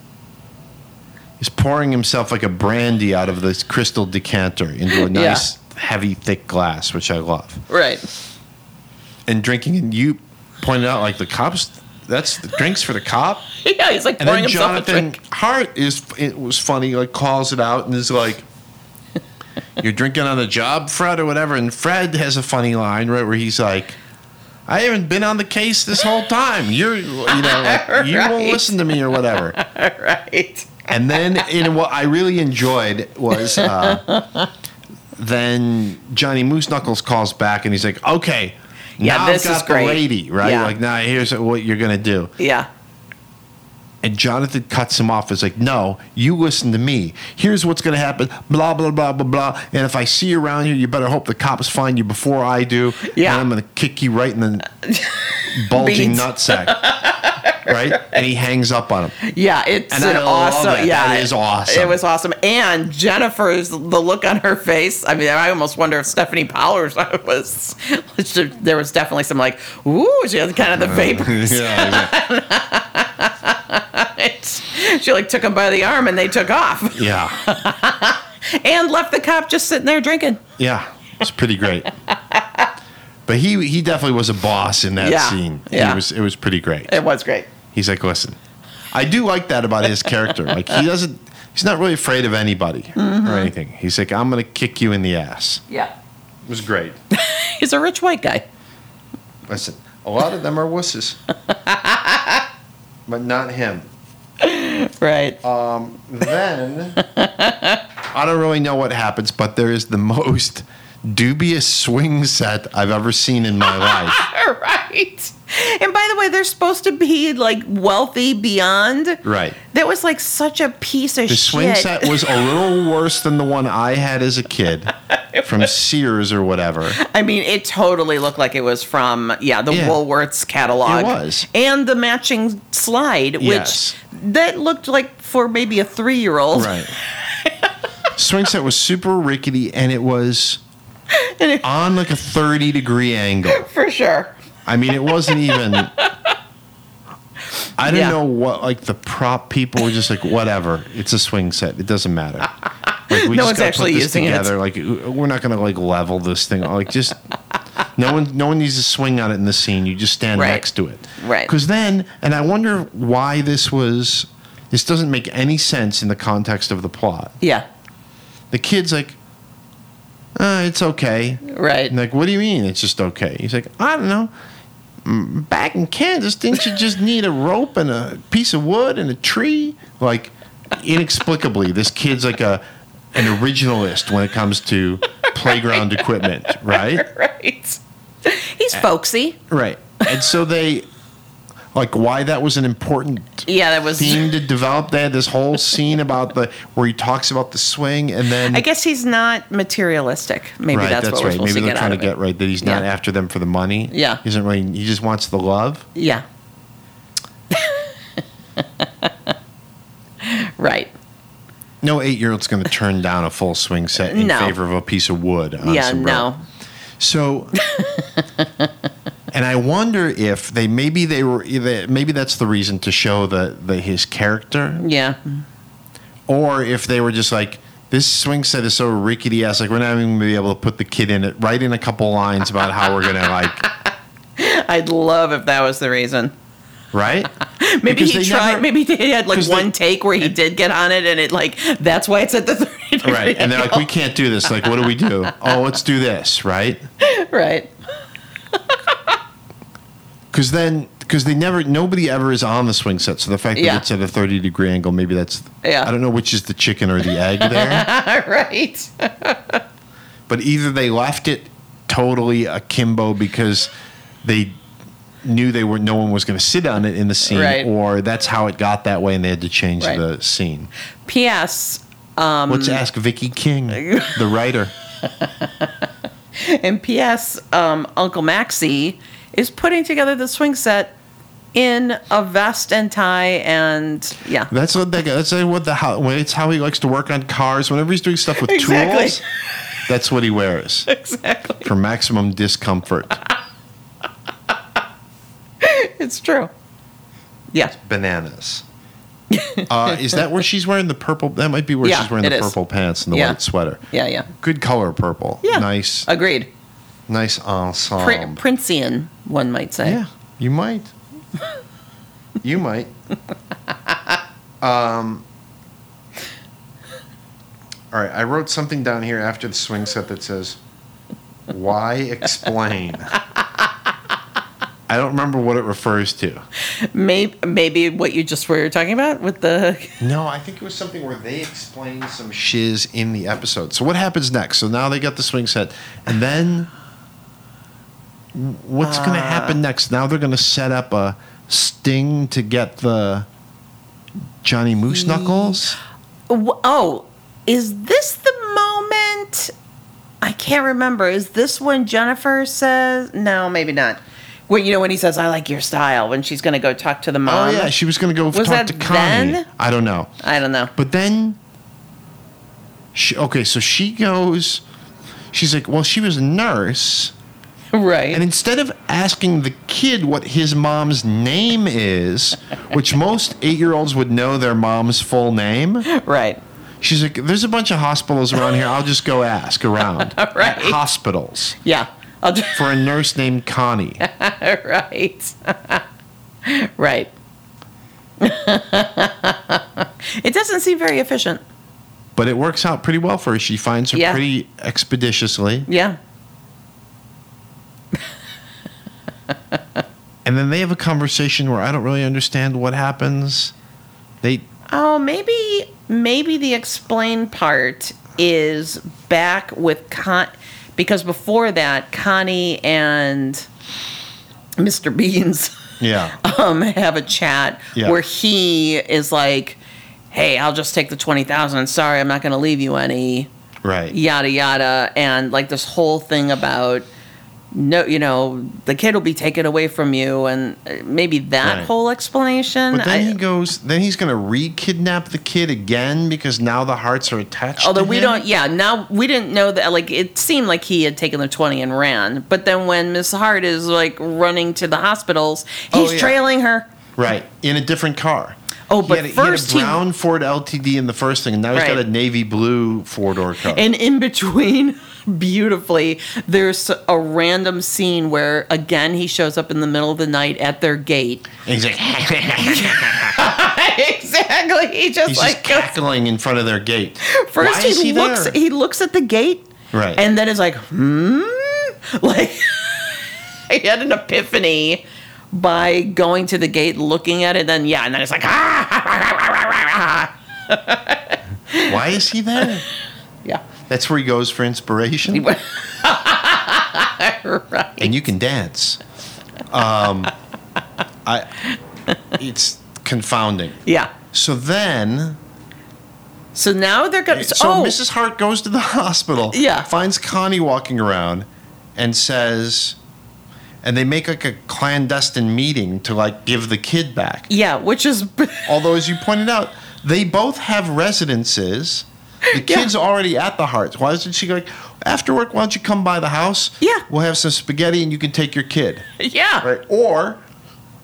He's pouring himself like a brandy out of this crystal decanter into a Yeah. nice, heavy, thick glass, which I love. Right. *laughs* And drinking, and you pointed out like the cops. That's the drinks for the cop. Yeah, he's like And pouring then himself a Jonathan drink. Hart is it was funny, like calls it out and is like, "You're drinking on the job, Fred, or whatever." And Fred has a funny line right where he's like, "I haven't been on the case this whole time. You're, you know, *laughs* like, you won't Right. listen to me or whatever." *laughs* Right. And then, in what I really enjoyed was uh, then Johnny Moose Knuckles calls back and he's like, "Okay, Yeah, now this I've got is the great. lady, right? Yeah. Like, now here's what you're gonna do." Yeah. And Jonathan cuts him off. Is like, no, you listen to me. Here's what's going to happen. Blah blah blah blah blah. And if I see you around here, you better hope the cops find you before I do. Yeah. And I'm going to kick you right *laughs* in the bulging Beans. *laughs* nutsack. right. And he hangs up on him. Yeah, it's And I an love awesome. it. Yeah, That is awesome. It was awesome. And Jennifer's the look on her face. I mean, I almost wonder if Stephanie Powers *laughs* was. There was definitely some like, ooh, she has kind of the *laughs* Uh. vapors. yeah. she like took him by the arm and they took off Yeah. and left the cop just sitting there drinking. Yeah. It's pretty great. But he he definitely was a boss in that Yeah. scene. Yeah. It was it was pretty great. It was great. He's like, listen, I do like that about his character. Like he doesn't, he's not really afraid of anybody or anything. He's like, I'm gonna kick you in the ass. Yeah. It was great. He's a rich white guy. *laughs* Listen, a lot of them are wusses, but not him. Um, Right. Then I don't really know what happens, but there is the most dubious swing set I've ever seen in my *laughs* *laughs* life. right. And by the way, they're supposed to be like wealthy beyond. Right. That was like such a piece of The swing shit. set was a little worse than the one I had as a kid from Sears or whatever. I mean, it totally looked like it was from yeah the Yeah. Woolworths catalog. It was. and the matching slide, which Yes. that looked like for maybe a three-year-old. Right. Swing set was super rickety and it was on like a 30 degree *laughs* angle. for sure. I mean, it wasn't even. I don't Yeah. know what, like the prop people were just like, whatever. It's a swing set. It doesn't matter. Like, we No one's just gotta actually put this using it. together. Like, we're not going to like level this thing. Like, just. No one, no one needs to swing on it in the scene. You just stand Right. next to it, Right. Because then, and I wonder why this was. This doesn't make any sense in the context of the plot Yeah. the kid's like, uh, it's okay. Right. And like, what do you mean it's just okay? He's like, I don't know. Mm, Back in Kansas, didn't you just need a rope and a piece of wood and a tree? Like, inexplicably, this kid's like a an originalist when it comes to playground equipment, right? *laughs* Right. He's Uh, folksy. Right. And so they, like, why that was an important Yeah, that was. theme to develop. They had this whole scene about the where he talks about the swing, and then I guess he's not materialistic. Maybe right, that's, that's, what we're right. supposed Maybe to they're get trying out to of it. get right that he's not Yeah. after them for the money. Yeah. he doesn't really. He just wants the love. Yeah. *laughs* right. No *laughs* eight-year-old's going to turn down a full swing set in No. favor of a piece of wood. On yeah. some rope. No. *laughs* So, and I wonder if they maybe they were they- maybe that's the reason to show the, the his character, Yeah. or if they were just like. This swing set is so rickety ass. Like we're not even gonna be able to put the kid in it. Write in a couple lines about how we're gonna *laughs* like, I'd love if that was the reason. right? Maybe Because he they tried. never- maybe they had like 'cause they- one take where he did get on it, and it like that's why it's at the *laughs* thirty. degree Right. And they're *laughs* like, we can't do this. Like, what do we do? Oh, let's do this, right? angle. right, *laughs* Because then, because they never, nobody ever is on the swing set. So the fact that Yeah. it's at a 30 degree angle, maybe that's, Yeah. I don't know which is the chicken or the *laughs* egg there, right, but either they left it totally akimbo because they knew they were, no one was going to sit on it in the scene, Right. or that's how it got that way and they had to change Right. Um, the scene. P.S. let's ask Vicky King, the writer. and P.S. Um, Uncle Maxie is putting together the swing set in a vest and tie, and yeah, That's what that guy. That's what the how. When it's how he likes to work on cars. Whenever he's doing stuff with Exactly. *laughs* tools, that's what he wears exactly. *laughs* for maximum discomfort. It's true. Yeah, Bananas. Uh, is that where she's wearing the purple? That might be where Yeah, she's wearing it the is. purple pants and the Yeah. white sweater. Yeah, yeah. Good color purple. Yeah. Nice, Agreed. nice Pri- ensemble. Princian, one might say. Yeah, you might. you might. Um, all right, I wrote something down here after the swing set that says, "Why explain?" I don't remember what it refers to. Maybe, maybe what you just were talking about with the. No, I think it was something where they explained some shiz in the episode. So what happens next? So now they got the swing set, and then what's going Uh. to happen next? Now they're going to set up a sting to get the Johnny Moose Knuckles. W- Oh, is this the moment? I can't remember. Is this when Jennifer says. No, maybe not. Well, you know, when he says, I like your style, when she's going to go talk to the Oh mom. yeah, she was going to go Um, was talk that to Connie. then? I don't know, I don't know. *laughs* but then she okay. So she goes. She's like, well, she was a nurse. Right. And instead of asking the kid what his mom's name is, which most eight year olds would know their mom's full name, right. she's like, There's a bunch of hospitals around here. I'll just go ask *laughs* around Right. at hospitals Yeah. I'll just. for a nurse named Connie. *laughs* right. right. *laughs* it doesn't seem very efficient. But it works out pretty well for her. She finds her Yeah. pretty expeditiously. Yeah. And then they have a conversation where I don't really understand what happens. They. Oh, maybe maybe the explain part is back with Con because before that, Connie and Mr. Beans *laughs* Yeah. um have a chat Yeah. where he is like, "Hey, I'll just take the twenty thousand. Sorry, I'm not going to leave you any." Right. yada yada and like this whole thing about no you know the kid will be taken away from you and uh, maybe that Right. whole explanation But I- then he goes. Then he's gonna re-kidnap the kid again because now the hearts are attached. although to we him. don't yeah now we didn't know that like it seemed like he had taken the 20 and ran but then when miss hart is like running to the hospitals Oh, he's yeah. trailing her Right, in a different car. Oh, He but had a- first he- he had a brown Ford LTD in the first thing, and now he's got Right. a navy blue four door car. And in between, *laughs* beautifully, there's a random scene where again he shows up in the middle of the night at their gate. *laughs* And he's like, *laughs* exactly. He just he's like just cackling in front of their gate. First, Why is he, he looks. there? He looks at the gate, Right. and then is like, "Hmm," *laughs* like *laughs* he had an epiphany by going to the gate, looking at it. Then yeah, and then it's like, *laughs* ah, Why is he there? yeah, *laughs* That's where he goes for inspiration. went- And you can dance. Um, I, it's confounding. yeah. So then, So now they're gonna. so oh, Mrs. Hart goes to the *laughs* hospital. Yeah. Finds Connie walking around, and says, and they make like a clandestine meeting to like give the kid back. yeah, which is *laughs* Although, as you pointed out, they both have residences. The kid's already at the Hearts. Why isn't she like after work? Why don't you come by the house? Yeah. We'll have some spaghetti, and you can take your kid. yeah, Right. Or.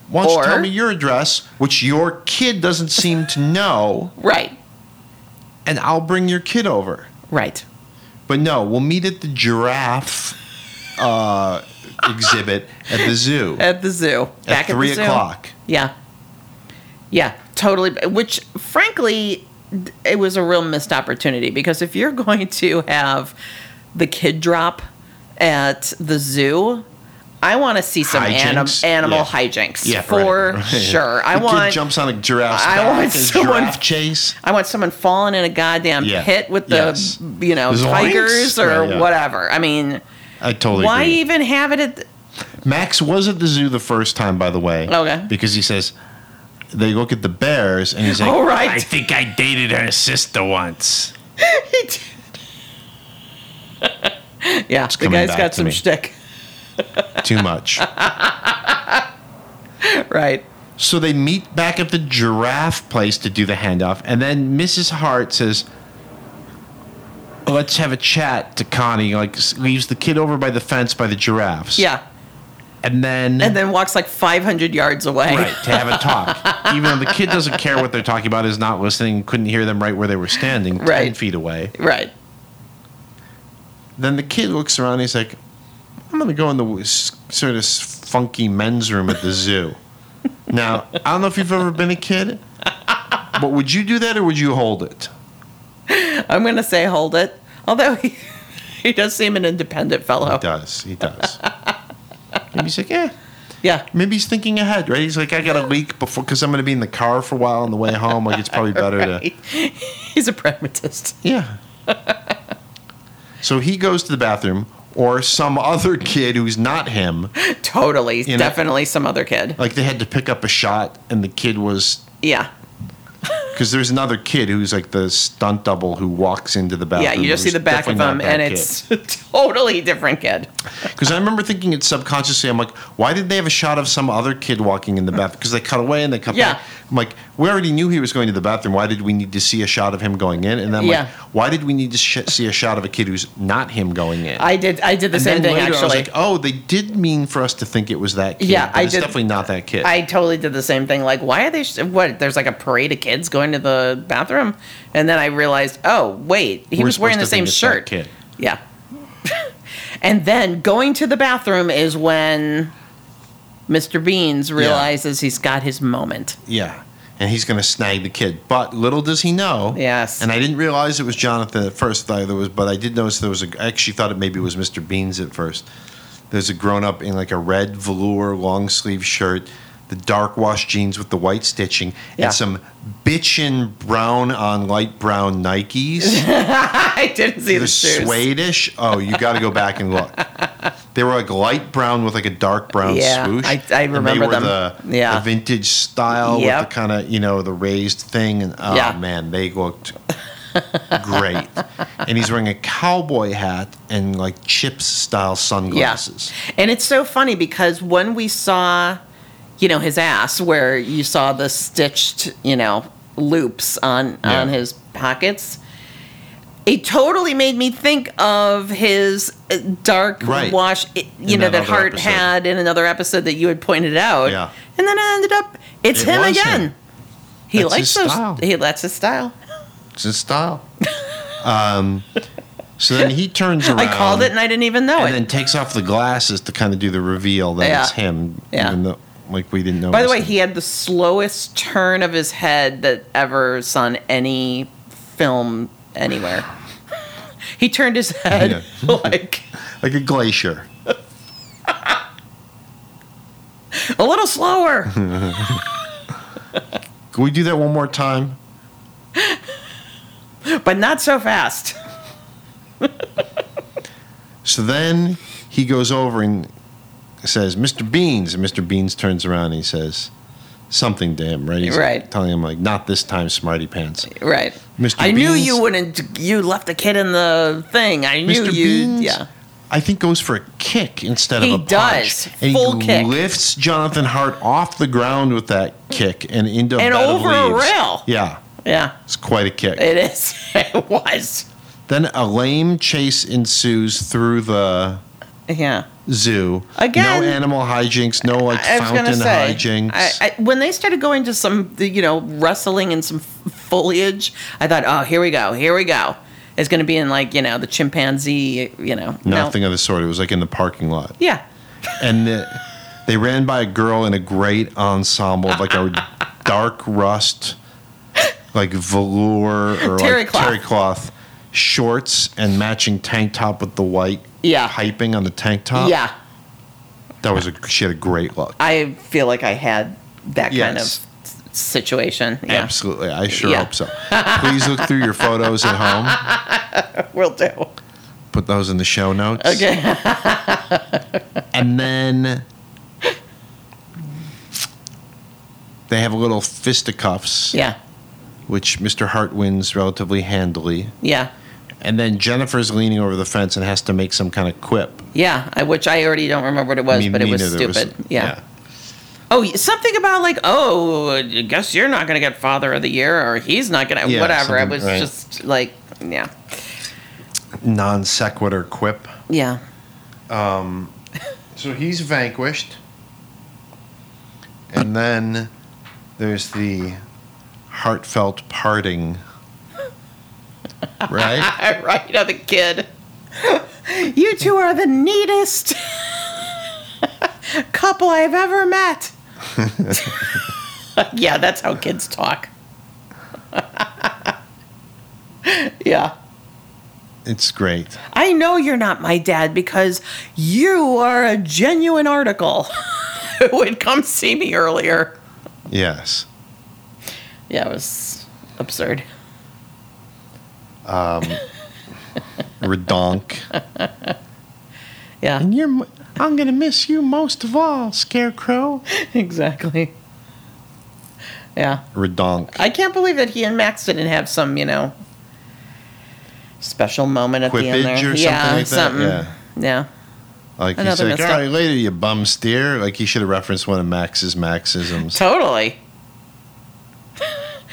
Why don't you tell Or- me your address, which your kid doesn't seem to know, right, and I'll bring your kid over. right. But no, we'll meet at the giraffe uh, exhibit at the zoo At the zoo, Uh, back at three at the zoo. o'clock. Yeah. Yeah, totally. Which, frankly, d- it was a real missed opportunity because if you're *laughs* going to have the kid drop at the zoo, I want to see some anim- Hijinks? animal Yeah. hijinks Yeah, for right, *laughs* right. sure. I the want kid jumps on a giraffe's I back want in a someone- *laughs* giraffe chase. I want someone falling in a goddamn Yeah. pit with the Yes. you know Zoinks? tigers or Right, yeah. whatever. I mean, I totally why agree. even have it at? The- Max was at the zoo the first time, by the way. Okay. Because he says they look at the bears and he's like, All Oh, right. *laughs* I think I dated her sister once. He did. yeah, the coming guy's back got to some me. shtick, *laughs* Too much. right? So they meet back at the giraffe place to do the handoff, and then Mrs. Hart says, "Let's have a chat." To Connie, like s- leaves the kid over by the fence by the giraffes. Yeah, and then and then walks like 500 yards away. right to have *laughs* a talk even though the kid doesn't care what they're talking about is not listening couldn't hear them right where they were standing 10 Right. feet away *laughs* Right. then the kid looks around and he's like i'm going to go in the w- s- sort of funky men's room at the zoo now i don't know if you've ever been a kid but would you do that or would you hold it I'm going to say hold it. Although he, *laughs* he does seem an independent fellow. he does he does maybe he's like yeah Yeah. *laughs* maybe he's thinking ahead right he's like i gotta leak before because i'm gonna be in the car for a while on the way home like it's probably better to He's a pragmatist. Yeah. so he goes to the bathroom, or some other kid who's not him. Totally. know- uh, Definitely some other kid. Like they had to pick up a shot, and the kid was Yeah. because there's another kid who's like the stunt double who walks into the bathroom. Yeah. You just see the back of him, and it's a *laughs* totally different kid. because I remember thinking it subconsciously. I'm like, why did they have a shot of some other kid walking in the bathroom? Because they cut away and they cut Yeah. back. I'm like, we already knew he was going to the bathroom. Why did we need to see a shot of him going in? And then I'm Yeah. like, why did we need to sh- see a shot of a kid who's not him going in? I did. I did the And same then thing later I was actually. like, oh, they did mean for us to think it was that kid. Yeah, but I it's did- definitely not that kid. I totally did the same thing. Like, why are they? Sh- what? There's like a parade of kids going to the bathroom, and then I realized, oh wait, he We're was wearing the supposed to same think it's that shirt. kid. Yeah. *laughs* and then going to the bathroom is when Mr. Beans realizes he's got his moment. *laughs* yeah. And he's going to snag the kid. But little does he know. Yes. And I didn't realize it was Jonathan at first. I, there was, but I did notice there was a. I actually thought it maybe was Mr. Beans at first. There's a grown up in like a red velour long sleeve shirt, the dark wash jeans with the white stitching, Yeah. and some bitchin' brown on light brown *laughs* Nikes. I didn't see the, the shoes. Swedish. Oh, you got to go back *laughs* and look. They were like light brown with like a dark brown Yeah, swoosh. I- I And remember they were them. The, Yeah. the vintage style Yep. with the kind of you know the raised thing, and oh Yeah. man, *laughs* they looked great. And he's wearing a cowboy hat and like Chips style sunglasses. Yeah. And it's so funny because when we saw, you know, his ass where you saw the stitched, you know, loops on Yeah. on his pockets, it totally made me think of his uh, dark Right. wash, it- you In know, that that other Hart episode. had in another episode that you had pointed out. Yeah. And then it ended up it's It him was again. him. He That's likes his those. style. He that's his style. It's his style. um, so then he turns around. *laughs* I called it and I didn't even know it. and then takes off the glasses to kind of do the reveal that Yeah. it's him. Yeah. Even though, like we didn't know. By it the was way, him. he had the slowest turn of his head that ever is on any film anywhere. *laughs* he turned his head *laughs* like like a glacier. a little *laughs* slower. Can we do that one more time? but not so fast. So then he goes over and says, Mr. Beans. And Mr. Beans turns around and he says something to him, right? He's Right. telling him, like, not this time, Smarty Pants. Right. Mr. I knew Beans- you wouldn't you left the kid in the thing. I knew Mr. you Beans, yeah. I think goes for a kick instead He of a punch. does. Full and he kick. lifts Jonathan Hart off the ground with that kick and into a And bed of over a leaves. rail. Yeah, Yeah. it's quite a kick. It is. *laughs* it was. Then a lame chase ensues through the Yeah. zoo. Again- no animal hijinks, no like I was gonna fountain say, hijinks. I, I, when they started going to some, you know, rustling and some f- foliage, I thought, oh, here we go, here we go. It's gonna be in like you know the chimpanzee, you know, no. Nothing of the sort. It was like in the parking lot, Yeah, and the, they ran by a girl in a great ensemble of *laughs* like a dark rust, like velour or Terry like cloth. terry cloth shorts and matching tank top with the white Yeah. piping on the tank top. yeah. that was a she had a great look. I feel like I had that kind Yes. of s- situation. Yeah, *laughs* Absolutely, I sure Yeah. hope so. Please look through your photos at home. we'll do. Put those in the show notes. *laughs* Okay, And then they have a little fisticuffs, yeah, which Mr. Hart wins relatively handily. yeah, And then Jennifer's leaning over the fence and has to make some kind of quip. yeah. I, which I already don't remember what it was, Me- but it me was neither. It was- stupid. yeah. Oh, y- something about like, oh, I guess you're not going to get Father of the Year, or he's not going to, Yeah, whatever. It something- was right. just like, yeah, Non sequitur quip. yeah, So he's vanquished. And then there's the heartfelt *laughs* parting. Right? right of the kid. *laughs* you two are the neatest *laughs* couple I've ever met. *laughs* yeah, that's how kids talk. *laughs* yeah. It's great. I know you're not my dad because you are a genuine article *laughs* who would come see me earlier. Yes. Yeah, it was absurd. Redonk. Yeah, and you're, m- I'm going to miss you most of all, Scarecrow. Mm-hmm. *laughs* exactly. Yeah. Redonk. I can't believe that he and Max didn't have some, you know, special moment at the end Quippage there. or yeah, something like that? something. Yeah. Yeah. Like he's Another like, all misstep. right, later, you bum steer. Like he should have referenced one of *laughs* Max's Maxisms. Totally.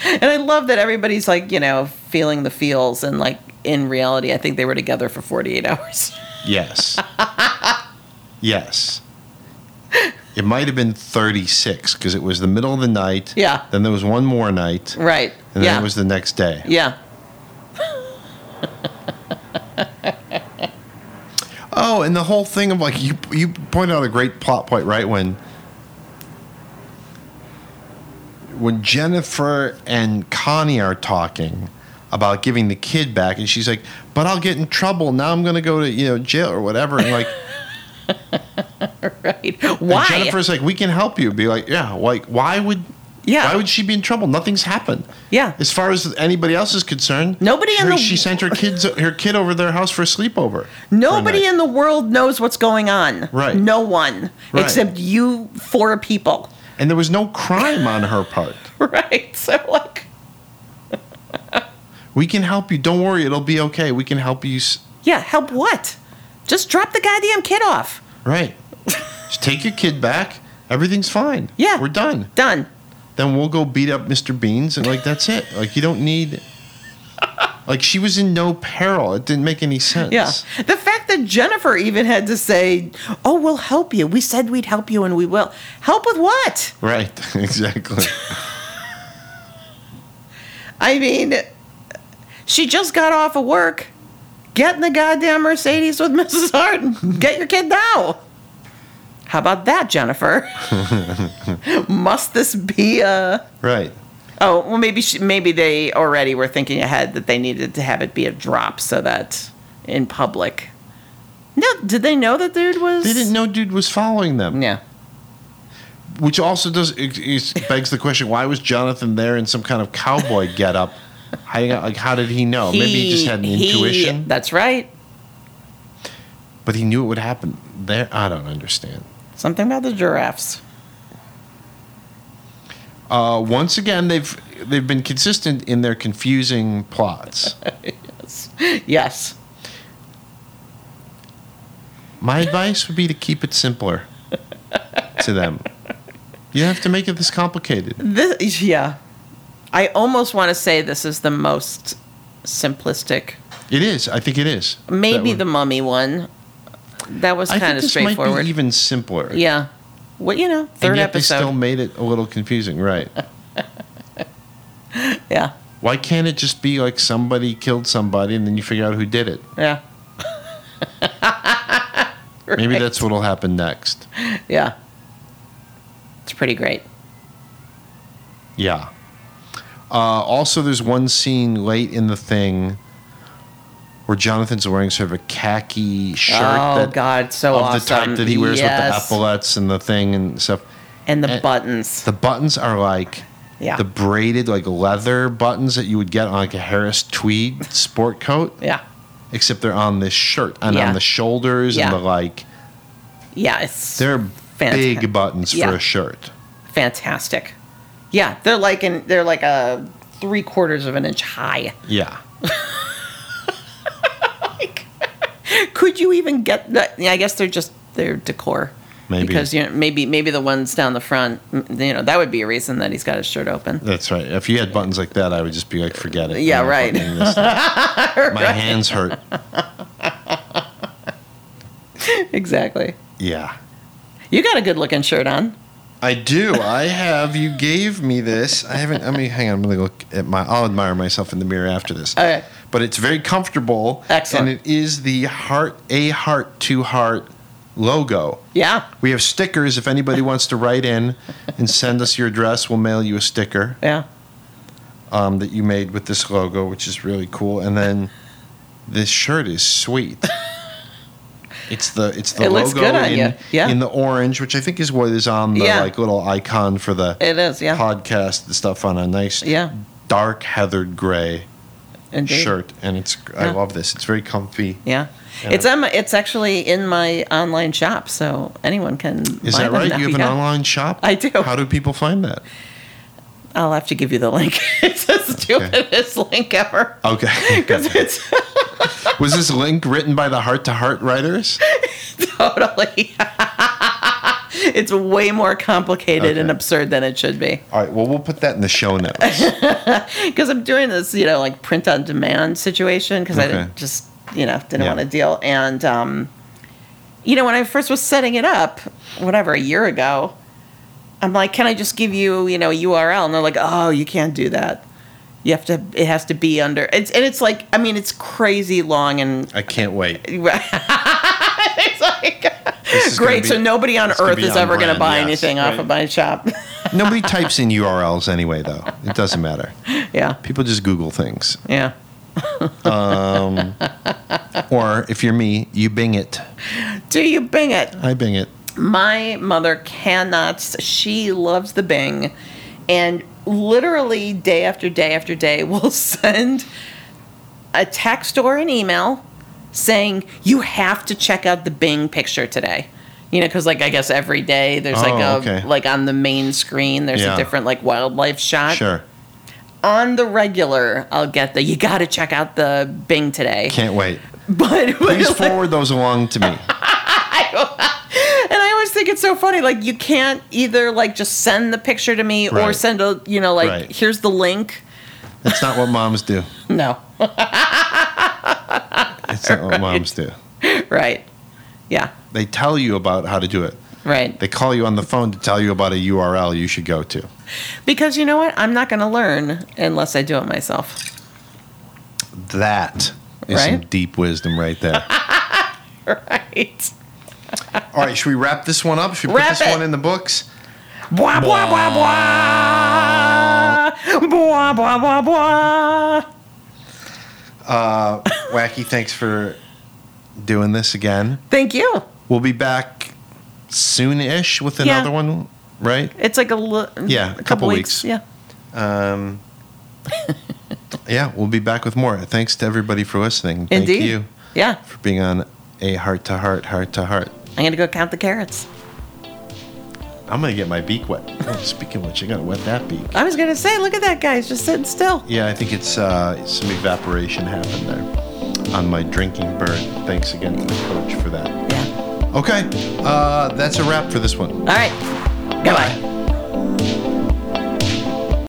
and I love that everybody's like, you know, feeling the feels and like in reality, I think they were together for 48 hours. *laughs* Yes. yes. It might have been 36 because it was the middle of the night. Yeah. Then there was one more night. right. And yeah. then it was the next day. yeah. *laughs* Oh, and the whole thing of like, you, you pointed out a great plot point, right? When. When Jennifer and Connie are talking about giving the kid back, and she's like, "But I'll get in trouble. Now I'm going to go to you know jail or whatever." And *laughs* like, Right. And Why? Jennifer's like, we can help you. Be like, yeah, like why would Yeah. why would she be in trouble? Nothing's happened. Yeah. As far as anybody else is concerned, Nobody in her- the- she sent her kids her kid over to their house for a sleepover. Nobody in in the world knows what's going on. Right. No one Right. except you four people. *laughs* and there was no crime on her part. Right. So like We can help you. Don't worry, it'll be okay. We can help you. s- Yeah, help what? Just drop the goddamn kid off. *laughs* Right. Just take your kid back. Everything's fine. Yeah. We're done. Done. Then we'll go beat up Mr. Beans and like that's it. Like you *laughs* don't need. Like she was in no peril. It didn't make any sense. Yeah. The fact that Jennifer even had to say, Oh, we'll help you. We said we'd help you and we will. Help with what? Right. *laughs* Exactly. I mean, she just got off of work. Get in the goddamn Mercedes with *laughs* Mrs. Hart and get your kid now. How about that, Jennifer? Must this be a. Right. Oh, well, maybe she, maybe they already were thinking ahead that they needed to have it be a drop so that in public. No, did they know that dude was? They didn't know dude was following them. Yeah. Which also does it, it begs the question: Why was Jonathan there in some kind of cowboy getup? Hiding out? Like, how did he know? Oh, Maybe he just had an he- intuition, That's right. but he knew it would happen there. I don't understand. Something about the giraffes. Uh, once again, they've they've been consistent in their confusing plots. Yes. My advice would be to keep it simpler to them. You don't have to make it this complicated. This yeah. I almost want to say this is the most simplistic. It is. I think it is. That Maybe would- the mummy one. That was I think kind of this Might straightforward. be even simpler. yeah. What you know, third and yet episode. They still made it a little confusing, right? yeah. Why can't it just be like somebody killed somebody and then you figure out who did it? Yeah. *laughs* Maybe that's what'll happen next. *laughs* Yeah. It's pretty great. Yeah. Uh, also, there's one scene late in the thing where Jonathan's wearing sort of a khaki shirt. Oh, that, God, it's so of the awesome. type that he wears Yes. with the epaulets and the thing and stuff. And the And- buttons. The buttons are like Yeah. the braided like leather buttons that you would get on like a Harris tweed sport coat. yeah. except they're on this shirt and Yeah. on the shoulders Yeah. and the like. Yeah, it's They're Fantastic. big buttons Yeah. for a shirt. fantastic. Yeah, they're like an they're like a three quarters of an inch high. Yeah. Like, *laughs* could you even get that? Yeah, I guess they're just they're decor. Maybe. because you know, maybe maybe the ones down the front, m- you know, that would be a reason that he's got his shirt *laughs* open. *laughs* That's right. If you had buttons like that, I would just be like, forget it. Yeah, I'm not right. putting *laughs* this thing. My hands hurt. exactly. Yeah. You got a good looking shirt on. I do. I have. You gave me this. I haven't. I mean, hang on. I'm gonna look at my. I'll admire myself in the mirror after this. Okay. But it's very comfortable. Excellent. And it is the heart, a heart, two heart logo. Yeah. We have stickers. If anybody wants to write in and send us your address, we'll mail you a sticker Yeah. um, that you made with this logo, which is really cool. And then this shirt is sweet. It's the it's the It logo looks good on in, you. Yeah. in the orange, which I think is what is on the Yeah. like little icon for the It is. Yeah. podcast and stuff on a nice Yeah. dark heathered gray Indeed. shirt and it's I Yeah. love this. It's very comfy. Yeah. And It's on my, it's actually in my online shop, so anyone can. Is buy them that right? now. You have an Yeah. online shop? I do. How do people find that? I'll have to give you the link. *laughs* it's the stupidest link ever. *laughs* Okay. *laughs* Because it's Was this link written by the Heart to *laughs* Heart writers? totally. *laughs* it's way more complicated and Okay. absurd than it should be. All right, well we'll put that in the show notes. *laughs* Because I'm doing this, you know, like print on demand situation because I Okay. didn't just, you know, didn't Yeah. want to deal. And, um, you know, when I first was setting it up, whatever, a year ago, I'm like, can I just give you, you know, a URL? And they're like, oh, you can't do that. You have to, it has to be under, it's, and it's like, I mean, it's crazy long and *laughs* I can't wait. it's like This is gonna great. be- so nobody on this is gonna earth be is on ever going to brand, buy yes. anything off Right. of my shop. *laughs* Nobody types in URLs anyway though. It doesn't matter. yeah, People just Google things. yeah. Or if you're me, you bing it. Do you Bing it? I bing it. My mother cannot. She loves the Bing, and literally day after day after day *laughs* will send a text or an email saying you have to check out the Bing picture today. You know, because like I guess every day there's like a Oh, okay. like on the main screen there's Yeah. a different like wildlife shot. Sure. on the regular, I'll get the you got to check out the Bing today. Can't wait. *laughs* But *laughs* *laughs* Please forward those along to me. and I always think it's so funny. Like you can't either like just send the picture to me or Right. send a you know like Right. here's the link. It's not what moms do. No, *laughs* It's not what moms do. right? Yeah, They tell you about how to do it. right. They call you on the phone to tell you about a URL you should go to. Because you know what? I'm not going to learn unless I do it myself. *laughs* That is some Right? deep wisdom right *laughs* there. Right. All right, should we wrap this one up? Should we Wrap put this it. one in the books? Blah blah blah blah. Blah blah blah blah. Wacky, thanks for doing this again. Thank you. We'll be back soon ish with Yeah. another one, right? It's like a li- Yeah, a a couple, couple weeks. weeks. Yeah. Yeah, we'll be back with more. Thanks to everybody for listening. Thank Indeed. you Yeah. for being on a heart to heart, heart to heart. I'm gonna go count the carrots. I'm gonna get my beak wet. Oh, speaking of which, I gotta wet that beak. I was gonna say, look at that guy's just sitting still. Yeah, I think it's uh, some evaporation happened there on my drinking bird. Thanks again to the coach for that. Yeah. Okay, uh, that's a wrap for this one. All right. Goodbye.